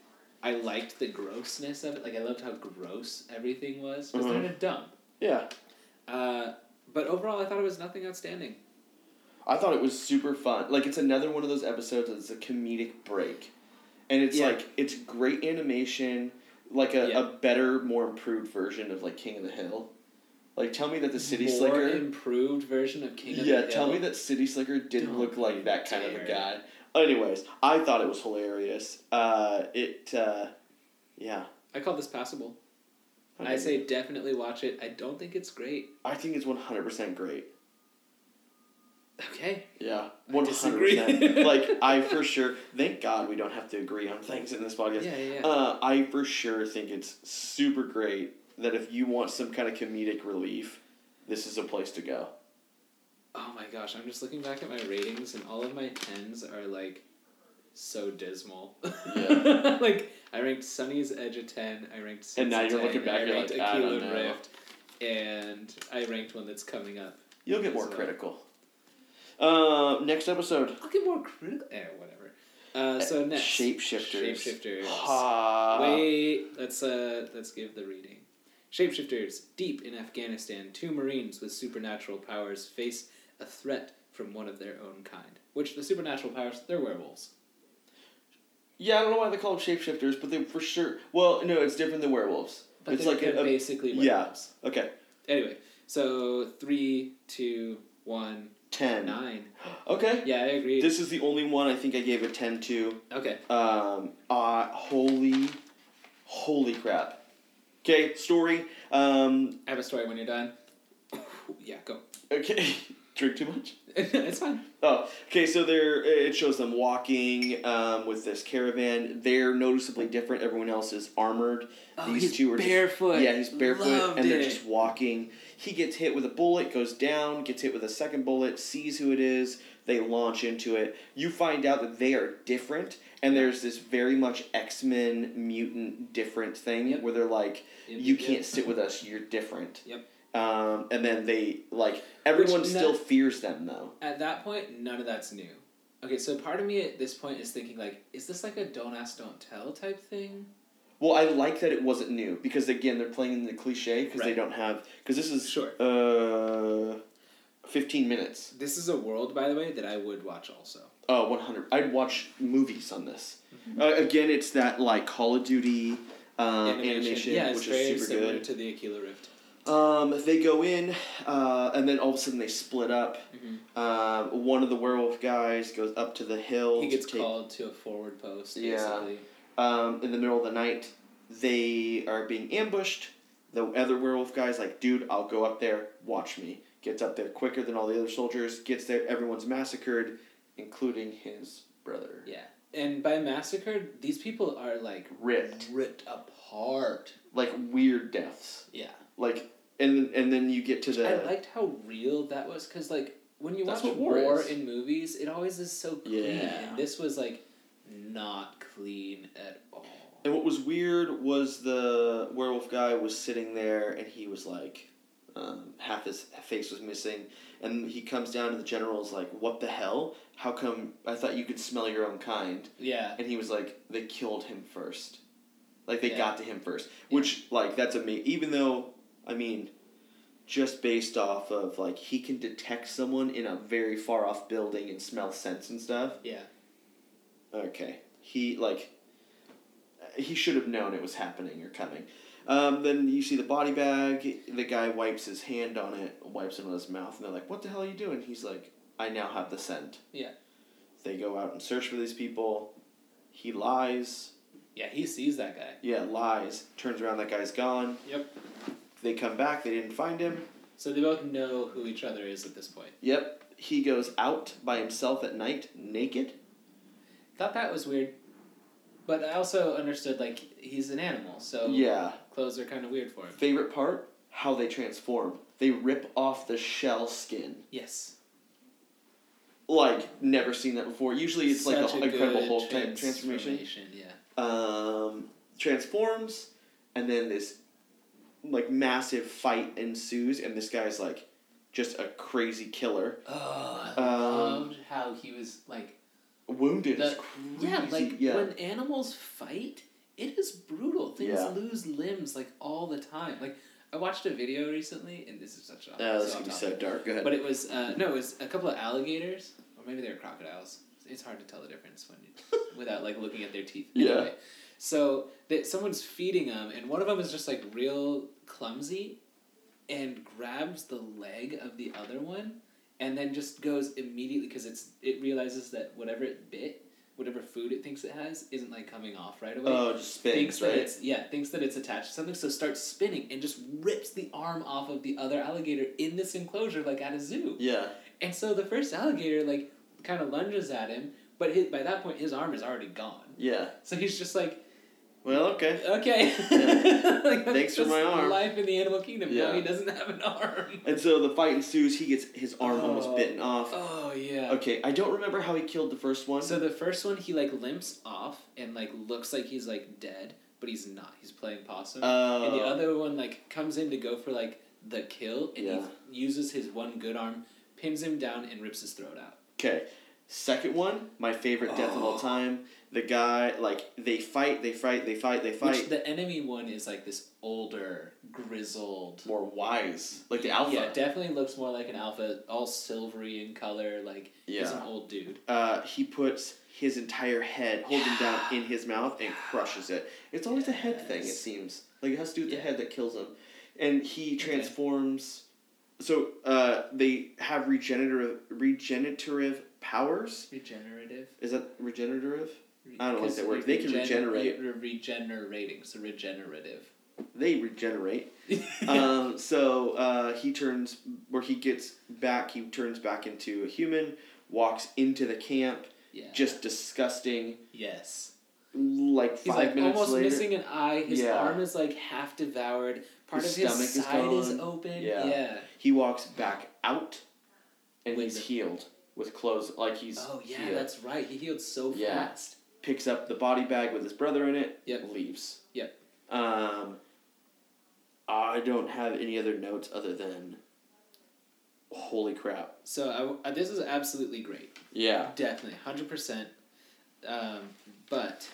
Speaker 2: I liked the grossness of it. Like I loved how gross everything was. Because they're in a dump.
Speaker 1: Mm-hmm. Yeah.
Speaker 2: Uh, but overall, I thought it was nothing outstanding.
Speaker 1: I thought it was super fun. Like it's another one of those episodes that's a comedic break. And it's
Speaker 2: Yeah.
Speaker 1: like it's great animation, like a,
Speaker 2: Yeah.
Speaker 1: a better, more improved version of like King of the Hill. Like tell me that the City
Speaker 2: More
Speaker 1: Slicker
Speaker 2: improved version of King of the
Speaker 1: Yeah,
Speaker 2: Hill.
Speaker 1: tell me that City Slicker didn't
Speaker 2: Don't
Speaker 1: look like
Speaker 2: you
Speaker 1: that kind of a
Speaker 2: dare.
Speaker 1: guy. Anyways, I thought it was hilarious. Uh, it uh, yeah.
Speaker 2: I call this passable. I say definitely watch it. I don't think it's great.
Speaker 1: I think it's one hundred percent great.
Speaker 2: Okay.
Speaker 1: Yeah,
Speaker 2: I
Speaker 1: one hundred
Speaker 2: disagree.
Speaker 1: percent. Like I for sure. Thank God we don't have to agree on things in this podcast.
Speaker 2: Yeah, yeah, yeah.
Speaker 1: Uh, I for sure think it's super great that if you want some kind of comedic relief, this is a place to go.
Speaker 2: Oh my gosh, I'm just looking back at my ratings and all of my tens are like so dismal.
Speaker 1: Yeah.
Speaker 2: like I ranked Sunny's Edge a ten, I ranked Sense
Speaker 1: And now
Speaker 2: a
Speaker 1: you're
Speaker 2: 10,
Speaker 1: looking back,
Speaker 2: I
Speaker 1: you're
Speaker 2: ranked
Speaker 1: like, I don't
Speaker 2: Aquila
Speaker 1: know.
Speaker 2: Rift, and I ranked one that's coming up.
Speaker 1: You'll get more
Speaker 2: As well.
Speaker 1: critical. Uh, next episode.
Speaker 2: I'll get more critical eh, whatever. Uh, so next
Speaker 1: Shapeshifters.
Speaker 2: Shapeshifters.
Speaker 1: Ha.
Speaker 2: Wait, let's uh let's give the reading. Shapeshifters deep in Afghanistan, two Marines with supernatural powers face a threat from one of their own kind. Which the supernatural powers, they're werewolves.
Speaker 1: Yeah, I don't know why they call them shapeshifters, but they for sure. Well, no, it's different than werewolves.
Speaker 2: But
Speaker 1: it's
Speaker 2: they're,
Speaker 1: like
Speaker 2: they're
Speaker 1: a, a-
Speaker 2: basically
Speaker 1: yeah.
Speaker 2: werewolves.
Speaker 1: okay
Speaker 2: Anyway, so three, two, one,
Speaker 1: ten.
Speaker 2: nine.
Speaker 1: Okay.
Speaker 2: Yeah, I agree.
Speaker 1: This is the only one I think I gave a ten to.
Speaker 2: okay.
Speaker 1: Um, uh, holy, holy crap. Okay, story. Um,
Speaker 2: I have a story when you're done. yeah, go.
Speaker 1: okay, drink too much.
Speaker 2: it's fine.
Speaker 1: Oh, okay. So there, it shows them walking um, with this caravan. They're noticeably different. Everyone else is armored.
Speaker 2: Oh, he's barefoot.
Speaker 1: Yeah, he's barefoot,
Speaker 2: Loved
Speaker 1: and they're
Speaker 2: it.
Speaker 1: just walking. He gets hit with a bullet, goes down. Gets hit with a second bullet. Sees who it is. They launch into it. You find out that they are different, and there's this very much X Men mutant different thing
Speaker 2: Yep.
Speaker 1: where they're like,
Speaker 2: Yep,
Speaker 1: "You
Speaker 2: yep,
Speaker 1: can't
Speaker 2: yep.
Speaker 1: sit with us. You're different."
Speaker 2: Yep.
Speaker 1: Um, and then they like everyone
Speaker 2: Which
Speaker 1: still
Speaker 2: that-
Speaker 1: fears them though.
Speaker 2: At that point, none of that's new. Okay, so part of me at this point is thinking like, is this like a don't ask, don't tell type thing?
Speaker 1: Well, I like that it wasn't new because again they're playing in the cliche because they
Speaker 2: Right.
Speaker 1: don't have because this is
Speaker 2: Sure.
Speaker 1: uh, fifteen minutes.
Speaker 2: This is a world, by the way, that I would watch also.
Speaker 1: Uh, one hundred. I'd watch movies on this.
Speaker 2: Mm-hmm.
Speaker 1: Uh, again, it's that like Call of Duty um, animation,
Speaker 2: yeah, it's
Speaker 1: which
Speaker 2: very
Speaker 1: is super
Speaker 2: similar
Speaker 1: good.
Speaker 2: to the Aquila Rift.
Speaker 1: Um, they go in, uh, and then all of a sudden they split up.
Speaker 2: Mm-hmm.
Speaker 1: Um, one of the werewolf guys goes up to the hill.
Speaker 2: He
Speaker 1: to
Speaker 2: gets
Speaker 1: take-
Speaker 2: called to a forward post,
Speaker 1: Yeah.
Speaker 2: basically.
Speaker 1: um, in the middle of the night. They are being ambushed. The other werewolf guy's like, dude, I'll go up there, watch me. Gets up there quicker than all the other soldiers, gets there, everyone's massacred, including his brother.
Speaker 2: Yeah. And by massacred, these people are like
Speaker 1: Ripped.
Speaker 2: ripped apart.
Speaker 1: Like weird deaths.
Speaker 2: Yeah.
Speaker 1: Like and and then you get to the
Speaker 2: I liked how real that was because, like, when you
Speaker 1: That's
Speaker 2: watch
Speaker 1: what war
Speaker 2: war,
Speaker 1: is.
Speaker 2: in movies, it always is so clean.
Speaker 1: Yeah.
Speaker 2: And this was, like, not clean at all.
Speaker 1: And what was weird was the werewolf guy was sitting there and he was like, um, half his face was missing. And he comes down to the general's like, What the hell? How come I thought you could smell your own kind?
Speaker 2: Yeah.
Speaker 1: And he was like, They killed him first. Like, they
Speaker 2: Yeah.
Speaker 1: got to him first. Which, like, that's amazing. Even though, I mean, just based off of, like, he can detect someone in a very far off building and smell scents and stuff.
Speaker 2: Yeah.
Speaker 1: Okay. He like he should have known it was happening or coming. Um, then you see the body bag. The guy wipes his hand on it, wipes it on his mouth, and they're like, "What the hell are you doing?" He's like, "I now have the scent."
Speaker 2: Yeah.
Speaker 1: They go out and search for these people. He lies.
Speaker 2: Yeah, he sees that guy.
Speaker 1: Yeah, lies. Turns around, that guy's gone.
Speaker 2: Yep.
Speaker 1: They come back. They didn't find him.
Speaker 2: So they both know who each other is at this point.
Speaker 1: Yep. He goes out by himself at night, naked.
Speaker 2: Thought that was weird. But I also understood, like, he's an animal, so
Speaker 1: Yeah.
Speaker 2: clothes are kind of weird for him.
Speaker 1: Favorite part? How they transform. They rip off the shell skin.
Speaker 2: Yes.
Speaker 1: like never seen that before. Usually it's like
Speaker 2: Such
Speaker 1: an Incredible
Speaker 2: good
Speaker 1: Hulk type transformation.
Speaker 2: transformation, Yeah.
Speaker 1: Um, transforms, and then this like massive fight ensues, and this guy's like just a crazy killer.
Speaker 2: Oh, I
Speaker 1: Um,
Speaker 2: loved how he was like.
Speaker 1: Wounded is
Speaker 2: The,
Speaker 1: crazy.
Speaker 2: yeah, like
Speaker 1: yeah.
Speaker 2: when animals fight, it is brutal. Things
Speaker 1: Yeah.
Speaker 2: lose limbs like all the time. Like I watched a video recently, and this is such a.
Speaker 1: Oh, this
Speaker 2: so
Speaker 1: could be
Speaker 2: off
Speaker 1: so
Speaker 2: topic.
Speaker 1: dark. Go ahead.
Speaker 2: But it was uh, no, it was a couple of alligators, or maybe they were crocodiles. It's hard to tell the difference when you, without like looking at their teeth.
Speaker 1: Yeah.
Speaker 2: So that someone's feeding them, and one of them is just like real clumsy, and grabs the leg of the other one, and then just goes immediately because it's it realizes that whatever it bit, whatever food it thinks it has, isn't like coming off right away
Speaker 1: oh, it just spins,
Speaker 2: thinks that
Speaker 1: right?
Speaker 2: it's yeah thinks that it's attached to something so starts spinning and just rips the arm off of the other alligator in this enclosure like at a zoo
Speaker 1: Yeah.
Speaker 2: and so the first alligator like kind of lunges at him but his, by that point his arm is already gone
Speaker 1: Yeah.
Speaker 2: so he's just like
Speaker 1: Well, okay.
Speaker 2: okay
Speaker 1: Yeah.
Speaker 2: like, that's
Speaker 1: Thanks for
Speaker 2: just
Speaker 1: my arm.
Speaker 2: life in the animal kingdom
Speaker 1: Yeah.
Speaker 2: no he doesn't have an arm
Speaker 1: And so the fight ensues. He gets his arm almost
Speaker 2: Oh.
Speaker 1: bitten off.
Speaker 2: oh yeah
Speaker 1: Okay, I don't remember how he killed the first one.
Speaker 2: So the first one, he like limps off and like looks like he's like dead, but he's not. He's playing possum. And the
Speaker 1: Oh.
Speaker 2: other one like comes in to go for like the kill, and
Speaker 1: Yeah.
Speaker 2: he uses his one good arm, pins him down, and rips his throat out.
Speaker 1: Okay. Second one, my favorite death of all
Speaker 2: Oh.
Speaker 1: time. The guy, like, they fight, they fight, they fight, they fight.
Speaker 2: Which the enemy one is like this older, grizzled.
Speaker 1: More wise. Like the alpha.
Speaker 2: Yeah, definitely looks more like an alpha, all silvery in color. Like he's
Speaker 1: Yeah.
Speaker 2: an old dude.
Speaker 1: uh, he puts his entire head holding down in his mouth and crushes it. It's always a head thing, it
Speaker 2: Yes.
Speaker 1: seems. Like it has to do with
Speaker 2: Yeah.
Speaker 1: the head that kills him. And he transforms. So uh, they have regenerative regenerative powers.
Speaker 2: Regenerative.
Speaker 1: Is that regenerative? I don't like
Speaker 2: 'Cause
Speaker 1: that word. They can
Speaker 2: regen-
Speaker 1: regenerate.
Speaker 2: re- regenerating, so regenerative.
Speaker 1: They regenerate. um, so uh, he turns, or he gets back. He turns back into a human. Walks into the camp,
Speaker 2: yeah.
Speaker 1: just disgusting.
Speaker 2: Yes.
Speaker 1: Like
Speaker 2: He's
Speaker 1: five
Speaker 2: like
Speaker 1: minutes
Speaker 2: almost
Speaker 1: later,
Speaker 2: missing an eye. His
Speaker 1: Yeah.
Speaker 2: arm is like half devoured. Part
Speaker 1: His
Speaker 2: of
Speaker 1: stomach
Speaker 2: his
Speaker 1: is
Speaker 2: side is,
Speaker 1: gone.
Speaker 2: open.
Speaker 1: Yeah.
Speaker 2: Yeah.
Speaker 1: he walks back out, and
Speaker 2: With
Speaker 1: he's
Speaker 2: the-
Speaker 1: healed with clothes. Like he's
Speaker 2: Oh yeah,
Speaker 1: healed.
Speaker 2: that's right. He healed so
Speaker 1: Yeah.
Speaker 2: fast.
Speaker 1: picks up the body bag with his brother in it.
Speaker 2: Yep.
Speaker 1: Leaves.
Speaker 2: Yep.
Speaker 1: Um, I don't have any other notes other than, holy crap.
Speaker 2: So I w- uh, this is absolutely great.
Speaker 1: Yeah.
Speaker 2: Definitely, hundred percent. Um, but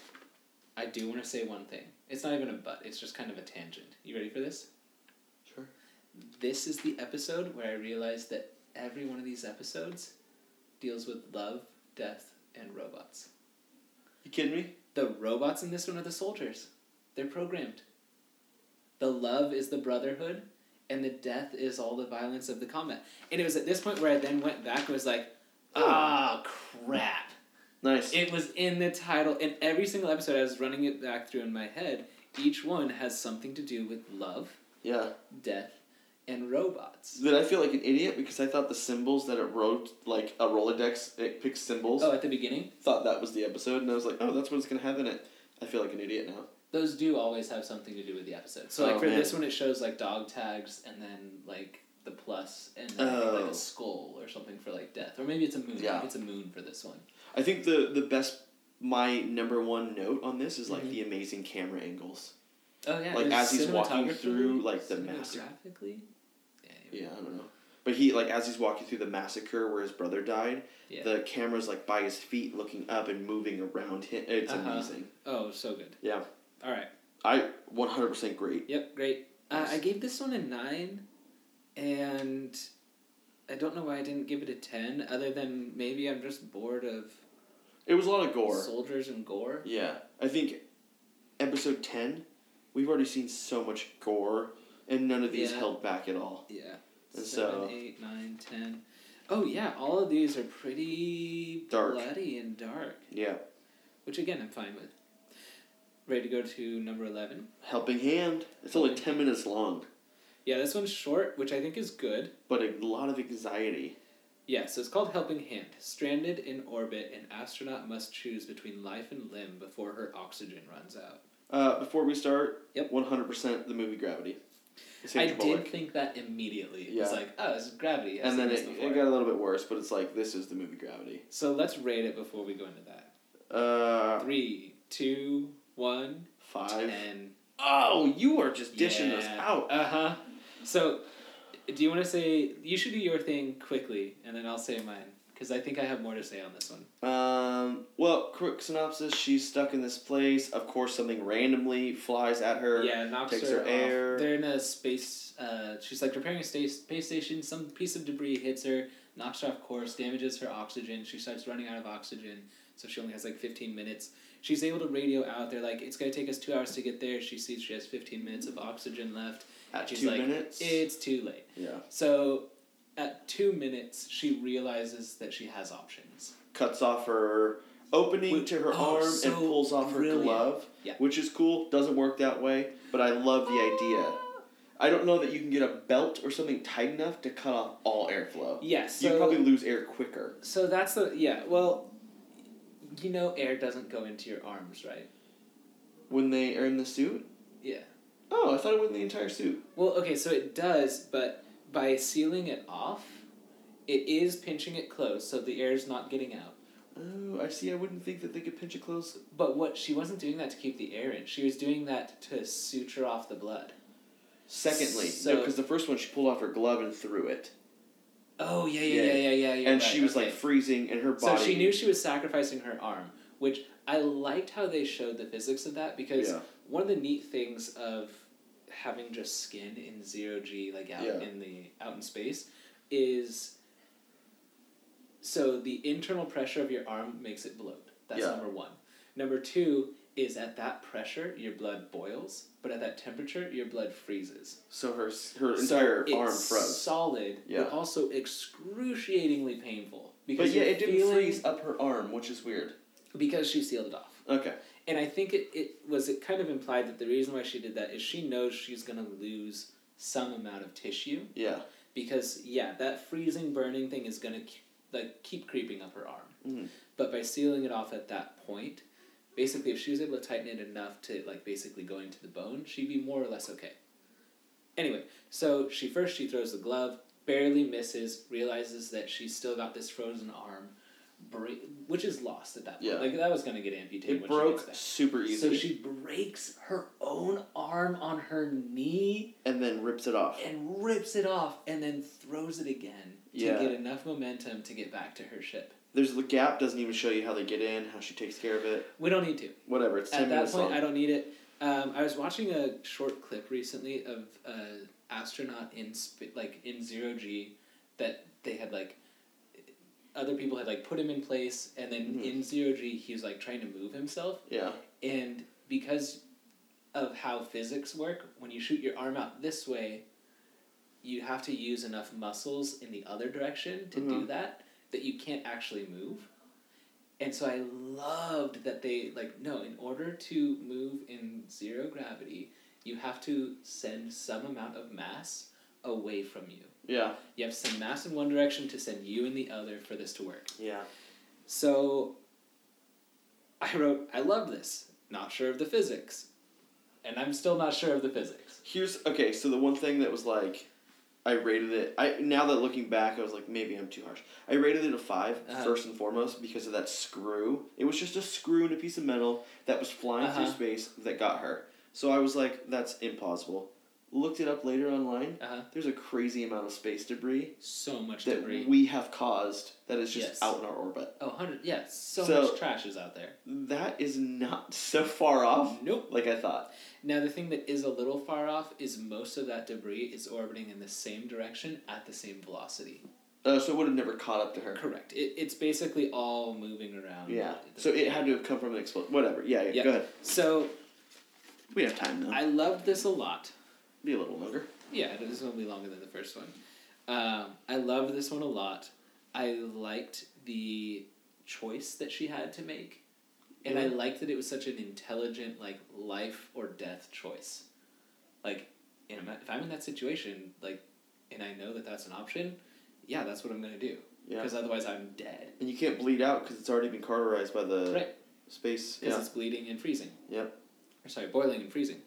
Speaker 2: I do want to say one thing. It's not even a but. It's just kind of a tangent. You ready for this?
Speaker 1: Sure.
Speaker 2: This is the episode where I realized that every one of these episodes deals with love, death, and robots.
Speaker 1: You kidding me?
Speaker 2: The robots in this one are the soldiers. They're programmed. The love is the brotherhood, and the death is all the violence of the combat. And it was at this point where I then went back and was like, ah, crap.
Speaker 1: Nice.
Speaker 2: It was in the title. In every single episode, I was running it back through in my head. Each one has something to do with love,
Speaker 1: yeah.
Speaker 2: death, and robots.
Speaker 1: Did I feel like an idiot because I thought the symbols that it wrote, like a Rolodex, it picks symbols.
Speaker 2: Oh, at the beginning?
Speaker 1: Thought that was the episode, and I was like, oh, that's what it's gonna have in it. I feel like an idiot now.
Speaker 2: those do always have something to do with the episode. So like
Speaker 1: Oh,
Speaker 2: for
Speaker 1: man.
Speaker 2: this one, it shows like dog tags and then like the plus and then I think, like
Speaker 1: Oh.
Speaker 2: a skull or something for like death, or maybe it's a moon. I
Speaker 1: Yeah.
Speaker 2: think it's a moon for this one.
Speaker 1: I think the the best, my number one note on this is like
Speaker 2: Mhm.
Speaker 1: the amazing camera angles.
Speaker 2: Oh yeah,
Speaker 1: Like,
Speaker 2: it was
Speaker 1: as he's walking
Speaker 2: cinematographically-
Speaker 1: through, like, the master-
Speaker 2: cinematographically? Yeah,
Speaker 1: Yeah, I don't know. But he like as he's walking through the massacre where his brother died,
Speaker 2: Yeah.
Speaker 1: the camera's like by his feet, looking up and moving around him. It's
Speaker 2: Uh-huh.
Speaker 1: amazing.
Speaker 2: Oh, so good.
Speaker 1: Yeah.
Speaker 2: All right.
Speaker 1: I one hundred percent great.
Speaker 2: Yep. Great. Uh, I
Speaker 1: Nice.
Speaker 2: gave this one a nine, and I don't know why I didn't give it a ten. Other than maybe I'm just bored of
Speaker 1: It was a lot of gore.
Speaker 2: soldiers and gore.
Speaker 1: Yeah, I think episode ten, we've already seen so much gore, and none of these
Speaker 2: Yeah.
Speaker 1: held back at all.
Speaker 2: Yeah.
Speaker 1: And
Speaker 2: Seven,
Speaker 1: so-
Speaker 2: eight, nine, ten. Oh yeah, all of these are pretty
Speaker 1: Dark.
Speaker 2: bloody and dark,
Speaker 1: Yeah,
Speaker 2: which again I'm fine with. Ready to go to number eleven.
Speaker 1: Helping Hand. It's only ten minutes long,
Speaker 2: Yeah, this one's short, which I think is good.
Speaker 1: but a lot of anxiety.
Speaker 2: Yeah, so it's called Helping Hand. Stranded in orbit, an astronaut must choose between life and limb before her oxygen runs out.
Speaker 1: Uh, before we start,
Speaker 2: Yep.
Speaker 1: one hundred percent the movie Gravity. Sandra
Speaker 2: I
Speaker 1: Bullock.
Speaker 2: did think that immediately. It
Speaker 1: Yeah.
Speaker 2: was like, oh, it's gravity. I've
Speaker 1: and then
Speaker 2: seen
Speaker 1: it,
Speaker 2: this before.
Speaker 1: it got a little bit worse, but it's like this is the movie Gravity.
Speaker 2: So let's rate it before we go into that.
Speaker 1: Uh,
Speaker 2: Three, two, one,
Speaker 1: five.
Speaker 2: ten.
Speaker 1: Oh, you are just dishing
Speaker 2: Yeah.
Speaker 1: us out.
Speaker 2: Uh huh. So, do you want to say you should do your thing quickly, and then I'll say mine because Because I think I have more to say on this one.
Speaker 1: Um, well, quick synopsis. She's stuck in this place. Of course, something randomly flies at her.
Speaker 2: yeah, knocks
Speaker 1: takes
Speaker 2: her,
Speaker 1: her
Speaker 2: off.
Speaker 1: air.
Speaker 2: They're in a space. Uh, she's like repairing a sta- space station. Some piece of debris hits her, knocks her off course, damages her oxygen. She starts running out of oxygen, so she only has like fifteen minutes. She's able to radio out. They're like, "It's gonna take us two hours to get there." She sees she has fifteen minutes of oxygen left.
Speaker 1: At
Speaker 2: She's
Speaker 1: two
Speaker 2: like,
Speaker 1: minutes.
Speaker 2: It's too late.
Speaker 1: yeah.
Speaker 2: So, at two minutes, she realizes that she has options.
Speaker 1: Cuts off her opening
Speaker 2: Wait,
Speaker 1: to her
Speaker 2: oh,
Speaker 1: arm
Speaker 2: so
Speaker 1: and pulls off
Speaker 2: brilliant.
Speaker 1: her glove,
Speaker 2: Yeah.
Speaker 1: which is cool. Doesn't work that way, but I love the idea. I don't know that you can get a belt or something tight enough to cut off all airflow.
Speaker 2: Yes.
Speaker 1: you
Speaker 2: so-
Speaker 1: probably lose air quicker.
Speaker 2: So that's the yeah. Well, you know, air doesn't go into your arms, right?
Speaker 1: When they are in the suit?
Speaker 2: Yeah.
Speaker 1: Oh, I thought it went in the entire suit.
Speaker 2: Well, okay, so it does, but by sealing it off, it is pinching it close, so the air is not getting out.
Speaker 1: Oh, I see. I wouldn't think that they could pinch it close.
Speaker 2: But what she wasn't doing that to keep the air in; she was doing that to suture off the blood.
Speaker 1: Secondly, no,
Speaker 2: So-
Speaker 1: because the first one she pulled off her glove and threw it.
Speaker 2: Oh yeah yeah yeah
Speaker 1: Yeah.
Speaker 2: yeah yeah. yeah
Speaker 1: and she was like freezing and her
Speaker 2: so
Speaker 1: body
Speaker 2: she knew she was sacrificing her arm, which I liked how they showed the physics of that because
Speaker 1: Yeah.
Speaker 2: one of the neat things of having just skin in zero g like out
Speaker 1: Yeah.
Speaker 2: in the out in space is so the internal pressure of your arm makes it bloat that's
Speaker 1: Yeah.
Speaker 2: number one number two is at that pressure your blood boils but at that temperature your blood freezes
Speaker 1: so her her
Speaker 2: So
Speaker 1: entire
Speaker 2: it's
Speaker 1: arm froze
Speaker 2: solid
Speaker 1: Yeah.
Speaker 2: but also excruciatingly painful because
Speaker 1: but yeah
Speaker 2: you're
Speaker 1: it didn't
Speaker 2: feeling-
Speaker 1: freeze up her arm which is weird
Speaker 2: because she sealed it off
Speaker 1: okay
Speaker 2: and I think it, it was it kind of implied that the reason why she did that is she knows she's gonna lose some amount of tissue
Speaker 1: yeah
Speaker 2: because yeah that freezing burning thing is gonna k- like keep creeping up her arm
Speaker 1: Mhm.
Speaker 2: but by sealing it off at that point basically if she was able to tighten it enough to like basically go into the bone she'd be more or less okay anyway so she first she throws the glove barely misses realizes that she's still got this frozen arm break, which is lost at that point
Speaker 1: Yeah.
Speaker 2: like that was gonna get amputated
Speaker 1: it
Speaker 2: when she
Speaker 1: broke
Speaker 2: gets back.
Speaker 1: super easy
Speaker 2: So she breaks her own arm on her knee
Speaker 1: and then rips it off
Speaker 2: and rips it off and then throws it again to
Speaker 1: Yeah.
Speaker 2: get enough momentum to get back to her ship.
Speaker 1: there's the gap doesn't even show you how they get in how she takes care of it
Speaker 2: We don't need to.
Speaker 1: whatever it's 10
Speaker 2: At that
Speaker 1: minutes
Speaker 2: point,
Speaker 1: long.
Speaker 2: I don't need it. Um, I was watching a short clip recently of an astronaut in sp- like in zero g that they had like other people had like put him in place and then
Speaker 1: Mhm.
Speaker 2: in zero g he was like trying to move himself
Speaker 1: yeah
Speaker 2: and because of how physics work when you shoot your arm out this way you have to use enough muscles in the other direction to do
Speaker 1: Mhm.
Speaker 2: that that you can't actually move and so i loved that they like no in order to move in zero gravity you have to send some amount of mass away from you
Speaker 1: yeah
Speaker 2: you have to send mass in one direction to send you in the other for this to work
Speaker 1: yeah
Speaker 2: so I wrote, I love this. Not sure of the physics. And I'm still not sure of the physics.
Speaker 1: here's okay so the one thing that was like i rated it i now that looking back i was like maybe i'm too harsh i rated it a 5
Speaker 2: Uh-huh.
Speaker 1: first and foremost because of that screw it was just a screw and a piece of metal that was flying
Speaker 2: Uh-huh.
Speaker 1: through space that got her so i was like that's impossible looked it up later online
Speaker 2: Uh-huh.
Speaker 1: there's a crazy amount of space debris
Speaker 2: So much
Speaker 1: that
Speaker 2: debris.
Speaker 1: we have caused that is just
Speaker 2: Yes.
Speaker 1: out in our orbit
Speaker 2: oh, 100. Yeah, so,
Speaker 1: So-
Speaker 2: much trash is out there.
Speaker 1: that is not so far off
Speaker 2: Nope.
Speaker 1: like i thought
Speaker 2: Now, the thing that is a little far off is most of that debris is orbiting in the same direction at the same velocity.
Speaker 1: uh, so it would have never caught up to her
Speaker 2: Correct. It, it's basically all moving around.
Speaker 1: yeah so it had to have come from an explosion whatever yeah, yeah
Speaker 2: Yeah.
Speaker 1: go ahead
Speaker 2: So
Speaker 1: We have time though.
Speaker 2: I loved this a lot.
Speaker 1: Be a little longer.
Speaker 2: Yeah, this one will be longer than the first one. Um, I loved this one a lot. I liked the choice that she had to make, and I
Speaker 1: Yeah.
Speaker 2: liked that it was such an intelligent, like life or death choice. Like, in a, if I'm in that situation, like, and I know that that's an option, yeah, that's what I'm gonna do.
Speaker 1: Yeah.
Speaker 2: Because otherwise, I'm dead.
Speaker 1: And you can't bleed out because it's already been cauterized by the
Speaker 2: Right.
Speaker 1: space.
Speaker 2: Because
Speaker 1: Yeah.
Speaker 2: it's bleeding and freezing.
Speaker 1: Yep.
Speaker 2: or sorry, boiling and freezing.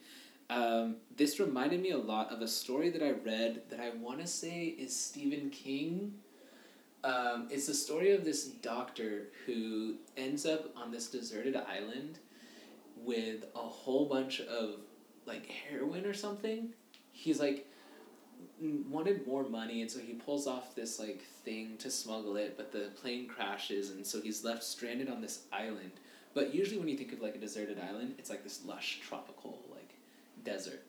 Speaker 2: Um, this reminded me a lot of a story that I read that I want to say is Stephen King. Um, it's the story of this doctor who ends up on this deserted island with a whole bunch of like heroin or something. He's like n- wanted more money, and so he pulls off this like thing to smuggle it, but the plane crashes, and so he's left stranded on this island. But usually, when you think of like a deserted island, it's like this lush tropical like desert.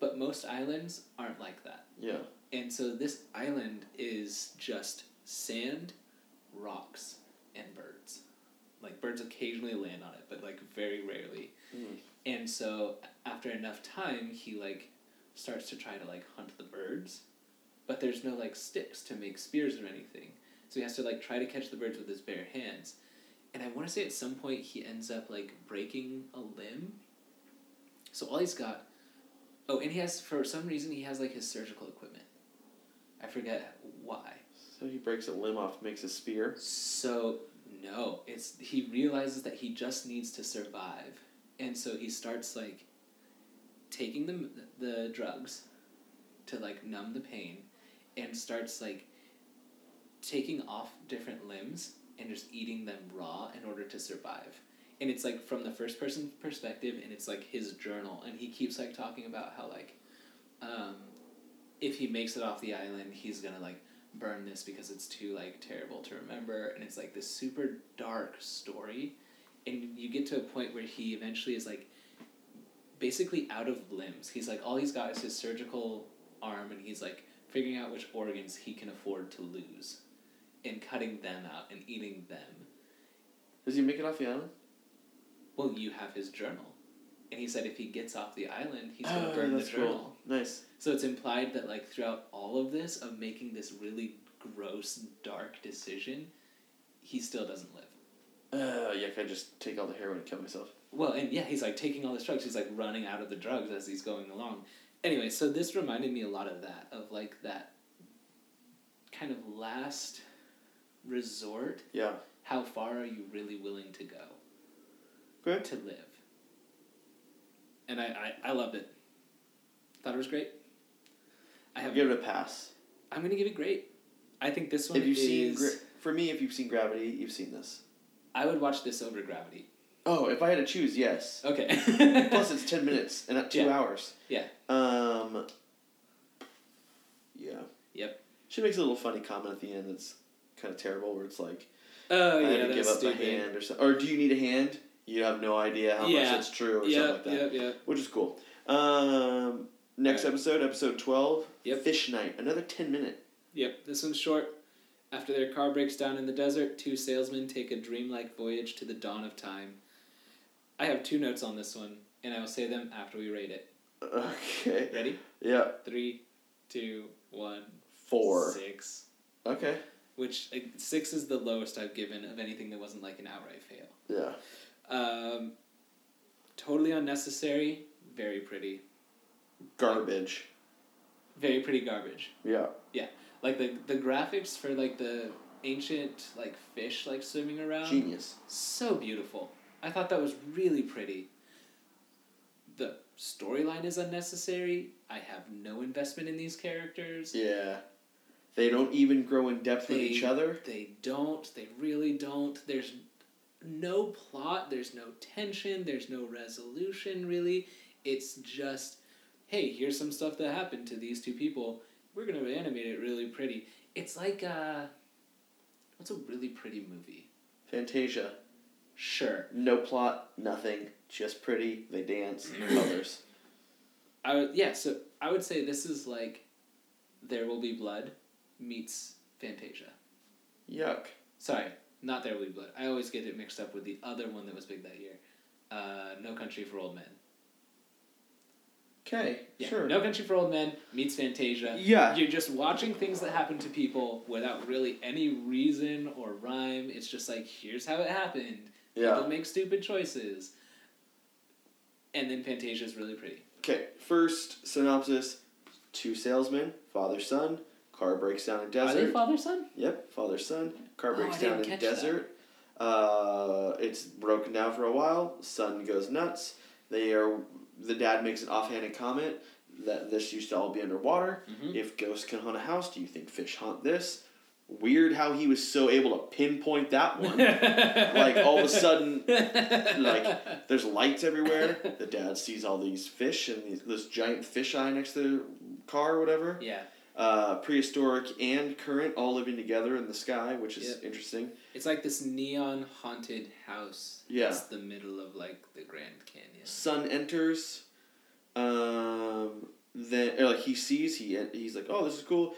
Speaker 2: But most islands aren't like that.
Speaker 1: Yeah.
Speaker 2: And so this island is just sand, rocks, and birds. Like birds occasionally land on it, but like very rarely.
Speaker 1: Mm.
Speaker 2: And so after enough time, he like starts to try to like hunt the birds, but there's no like sticks to make spears or anything. So he has to like try to catch the birds with his bare hands. And I want to say at some point he ends up like breaking a limb. So all he's got Oh, and he has for some reason he has like his surgical equipment. I forget why.
Speaker 1: So he breaks a limb off, makes a spear.
Speaker 2: So no, it's he realizes that he just needs to survive, and so he starts like taking the the drugs to like numb the pain, and starts like taking off different limbs and just eating them raw in order to survive. And it's like from the first person perspective, and it's like his journal, and he keeps like talking about how like, um, if he makes it off the island, he's gonna like burn this because it's too like terrible to remember and it's like this super dark story and you get to a point where he eventually is like basically out of limbs he's like all he's got is his surgical arm and he's like figuring out which organs he can afford to lose and cutting them out and eating them
Speaker 1: Does he make it off the island?
Speaker 2: well you have his journal and he said if he gets off the island he's going to
Speaker 1: Oh,
Speaker 2: burn the
Speaker 1: that's cool.
Speaker 2: journal
Speaker 1: Nice.
Speaker 2: So it's implied that like throughout all of this of making this really gross, dark decision, he still doesn't live.
Speaker 1: Uh, yeah, can I just take all the heroin and kill myself?
Speaker 2: Well, and yeah, he's like taking all the drugs. He's like running out of the drugs as he's going along. Anyway, so this reminded me a lot of that, of like that kind of last resort.
Speaker 1: Yeah.
Speaker 2: How far are you really willing to go
Speaker 1: Good.
Speaker 2: to live? And I, I, I loved it. Thought it was great. I have
Speaker 1: Give it a pass.
Speaker 2: I'm gonna give it great. I think this one
Speaker 1: If you've
Speaker 2: is.
Speaker 1: seen, gra- for me, if you've seen Gravity, you've seen this.
Speaker 2: I would watch this over Gravity.
Speaker 1: Oh, if I had to choose, yes.
Speaker 2: Okay.
Speaker 1: Plus, it's ten minutes and not two
Speaker 2: Yeah.
Speaker 1: hours.
Speaker 2: Yeah.
Speaker 1: Um. Yeah.
Speaker 2: Yep.
Speaker 1: She makes a little funny comment at the end that's kind of terrible, where it's like,
Speaker 2: oh
Speaker 1: "I had
Speaker 2: yeah,
Speaker 1: to give
Speaker 2: that's
Speaker 1: up a
Speaker 2: stupid.
Speaker 1: hand," or something. Or do you need a hand? You have no idea how
Speaker 2: Yeah.
Speaker 1: much that's true, or something
Speaker 2: Yep,
Speaker 1: like that,
Speaker 2: yep, yep.
Speaker 1: which is cool. Um. Next
Speaker 2: Alright.
Speaker 1: episode, episode twelve.
Speaker 2: Yep.
Speaker 1: Fish night. Another ten minute.
Speaker 2: Yep. This one's short. After their car breaks down in the desert, two salesmen take a dreamlike voyage to the dawn of time. I have two notes on this one, and I will say them after we rate it.
Speaker 1: Okay.
Speaker 2: Ready?
Speaker 1: Yeah.
Speaker 2: Three, two, one,
Speaker 1: Four.
Speaker 2: six.
Speaker 1: Okay.
Speaker 2: Which uh, six is the lowest I've given of anything that wasn't like an outright fail.
Speaker 1: Yeah.
Speaker 2: Um, totally unnecessary. Very pretty.
Speaker 1: Garbage.
Speaker 2: Very pretty garbage.
Speaker 1: Yeah.
Speaker 2: Like the the graphics for like the ancient like fish like swimming around.
Speaker 1: Genius.
Speaker 2: So beautiful. I thought that was really pretty. The storyline is unnecessary. I have no investment in these characters.
Speaker 1: Yeah. They don't even grow in depth with
Speaker 2: They-
Speaker 1: each other.
Speaker 2: They don't. They really don't. There's no plot. There's no tension. There's no resolution, really. It's just, hey, here's some stuff that happened to these two people. We're going to animate it really pretty. It's like, uh, what's a really pretty movie?
Speaker 1: Fantasia.
Speaker 2: Sure.
Speaker 1: No plot, nothing. Just pretty. They dance. colors.
Speaker 2: I would, yeah, so I would say this is like There Will Be Blood meets Fantasia.
Speaker 1: Yuck.
Speaker 2: Sorry, not There Will Be Blood. I always get it mixed up with the other one that was big that year. Uh, no Country for Old Men.
Speaker 1: Okay.
Speaker 2: Yeah.
Speaker 1: Sure.
Speaker 2: No Country for Old Men meets Fantasia.
Speaker 1: Yeah.
Speaker 2: You're just watching things that happen to people without really any reason or rhyme. It's just like, here's how it happened. People
Speaker 1: Yeah.
Speaker 2: make stupid choices. And then Fantasia is really pretty.
Speaker 1: Okay. First synopsis: Two salesmen, father son. Car breaks down in
Speaker 2: Are they
Speaker 1: desert.
Speaker 2: father son?
Speaker 1: yep. Father son. Car
Speaker 2: Oh,
Speaker 1: breaks
Speaker 2: I
Speaker 1: down
Speaker 2: didn't
Speaker 1: in
Speaker 2: catch
Speaker 1: desert. Uh, it's broken down for a while. Son goes nuts. They are. The dad makes an offhanded comment that this used to all be underwater.
Speaker 2: Mm-hmm.
Speaker 1: If ghosts can hunt a house, do you think fish hunt this? Weird how he was so able to pinpoint that one. like all of a sudden, like there's lights everywhere. The dad sees all these fish and these, this giant fish eye next to car or whatever.
Speaker 2: Yeah,
Speaker 1: Uh, prehistoric and current all living together in the sky, which is interesting.
Speaker 2: it's like this neon haunted house.
Speaker 1: Yeah.
Speaker 2: it's the middle of like the Grand Canyon.
Speaker 1: Sun enters. Um, then or like he sees he he's like oh this is cool,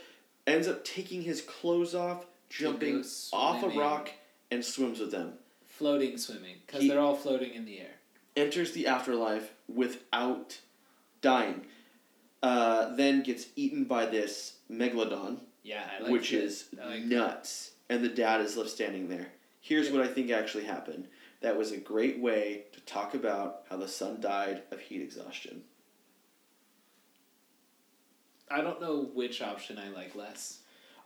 Speaker 1: ends up taking his clothes off, jumping
Speaker 2: goes
Speaker 1: off a
Speaker 2: swimming.
Speaker 1: rock and swims with them.
Speaker 2: Floating swimming because
Speaker 1: He-
Speaker 2: they're all floating in the air.
Speaker 1: Enters the afterlife without dying. Uh, then gets eaten by this megalodon,
Speaker 2: Yeah, I like
Speaker 1: which
Speaker 2: the-
Speaker 1: is
Speaker 2: I like
Speaker 1: nuts. And the dad is left standing there. Here's
Speaker 2: Yeah.
Speaker 1: what I think actually happened. That was a great way to talk about how the son died of heat exhaustion.
Speaker 2: I don't know which option I like less.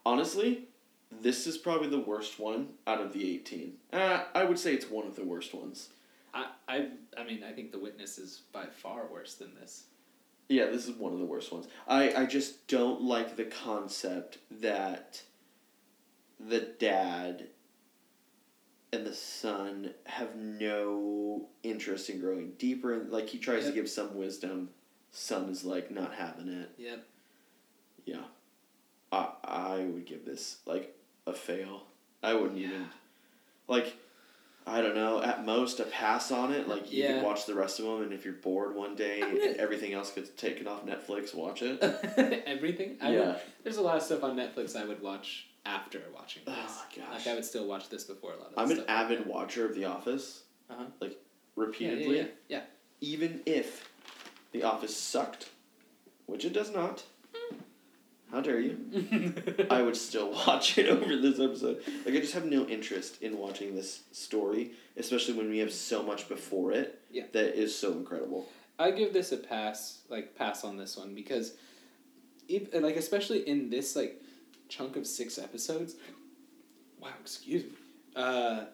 Speaker 1: Honestly, this is probably the worst one out of the 18. Uh, I would say it's one of the worst ones.
Speaker 2: I, I I mean I think the witness is by far worse than this.
Speaker 1: Yeah, this is one of the worst ones. I, I just don't like the concept that the dad and the son have no interest in growing deeper. And, like, he tries
Speaker 2: Yep.
Speaker 1: to give some wisdom. Son is, like, not having it.
Speaker 2: Yep.
Speaker 1: Yeah. I, I would give this, like, a fail. I wouldn't even like I don't know, at most a pass on it. Like you
Speaker 2: Yeah.
Speaker 1: can watch the rest of them, and if you're bored one day
Speaker 2: I'm gonna-
Speaker 1: and everything else gets taken off Netflix, watch it.
Speaker 2: Everything. I would,
Speaker 1: yeah.
Speaker 2: there's a lot of stuff on Netflix I would watch after watching this.
Speaker 1: Oh, gosh.
Speaker 2: Like I would still watch this before a lot of.
Speaker 1: I'm an
Speaker 2: stuff.
Speaker 1: avid watcher of The Office,
Speaker 2: Uh-huh.
Speaker 1: like
Speaker 2: Yeah, yeah,
Speaker 1: repeatedly,
Speaker 2: yeah, yeah.
Speaker 1: even if The Office sucked, which it does not.
Speaker 2: Hmm.
Speaker 1: How dare you? I would still watch it over this episode. Like I just have no interest in watching this story, especially when we have so much before it
Speaker 2: Yeah.
Speaker 1: that is so incredible.
Speaker 2: I give this a pass, like pass on this one because, if, like especially in this like chunk of six episodes, wow, excuse me, uh,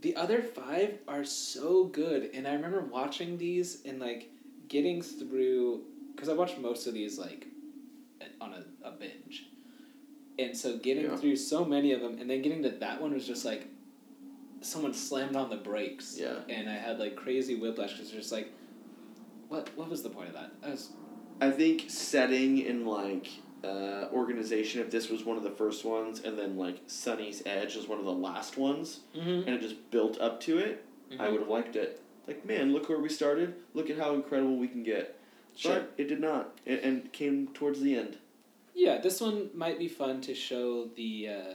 Speaker 2: the other five are so good, and I remember watching these and like getting through because I watched most of these like on a, a binge, and so getting
Speaker 1: Yeah.
Speaker 2: through so many of them, and then getting to that one was just like someone slammed on the brakes
Speaker 1: Yeah.
Speaker 2: and I had like crazy whiplash because just like, what what was the point of that? That was
Speaker 1: I think setting and like uh, organization, if this was one of the first ones, and then like Sunny's Edge was one of the last ones,
Speaker 2: Mm-hmm.
Speaker 1: and it just built up to it, I would have liked it. Like, man, look where we started. Look at how incredible we can get.
Speaker 2: Sure.
Speaker 1: But it did not, it, and came towards the end.
Speaker 2: Yeah, this one might be fun to show the. Uh,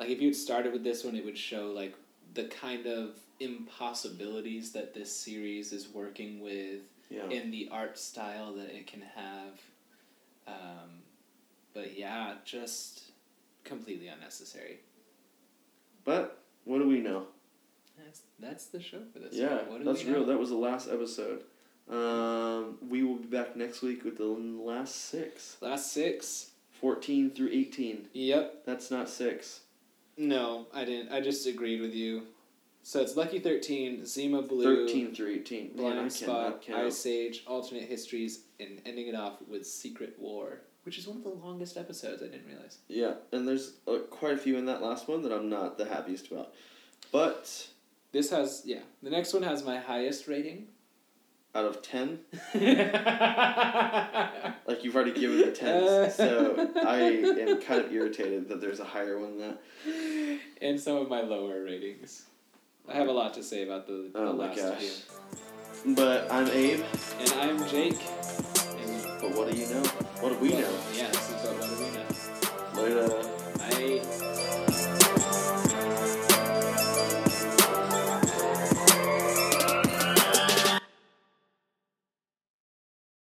Speaker 2: like if you had started with this one, it would show like the kind of impossibilities that this series is working with
Speaker 1: Yeah.
Speaker 2: and the art style that it can have. Um, but yeah, just completely unnecessary.
Speaker 1: But what do we know?
Speaker 2: That's that's the show for this.
Speaker 1: yeah,
Speaker 2: one. What do
Speaker 1: that's
Speaker 2: we know?
Speaker 1: real. That was the last episode. Um, we will be back next week with the last six.
Speaker 2: Last six.
Speaker 1: 14 through 18.
Speaker 2: Yep.
Speaker 1: That's not six.
Speaker 2: No, I didn't. I just agreed with you. So it's Lucky 13, Zima Blue,
Speaker 1: 13 through 18. Man, I
Speaker 2: Blind
Speaker 1: cannot
Speaker 2: Spot,
Speaker 1: count.
Speaker 2: Ice Age, Alternate Histories, and ending it off with Secret War, which is one of the longest episodes. I didn't realize.
Speaker 1: Yeah, and there's uh, quite a few in that last one that I'm not the happiest about. But
Speaker 2: This has, yeah. The next one has my highest rating.
Speaker 1: out of 10,
Speaker 2: yeah,
Speaker 1: like you've already given it 10, so I am kind of irritated that there's a higher one than that.
Speaker 2: and some of my lower ratings. I have a lot to say about the, the
Speaker 1: Oh my
Speaker 2: last
Speaker 1: gosh.
Speaker 2: few.
Speaker 1: But I'm Abe,
Speaker 2: And I'm Jake. And,
Speaker 1: but what do you know? What do we know?
Speaker 2: Yeah, this is about what do we know.
Speaker 1: Later.
Speaker 2: Bye.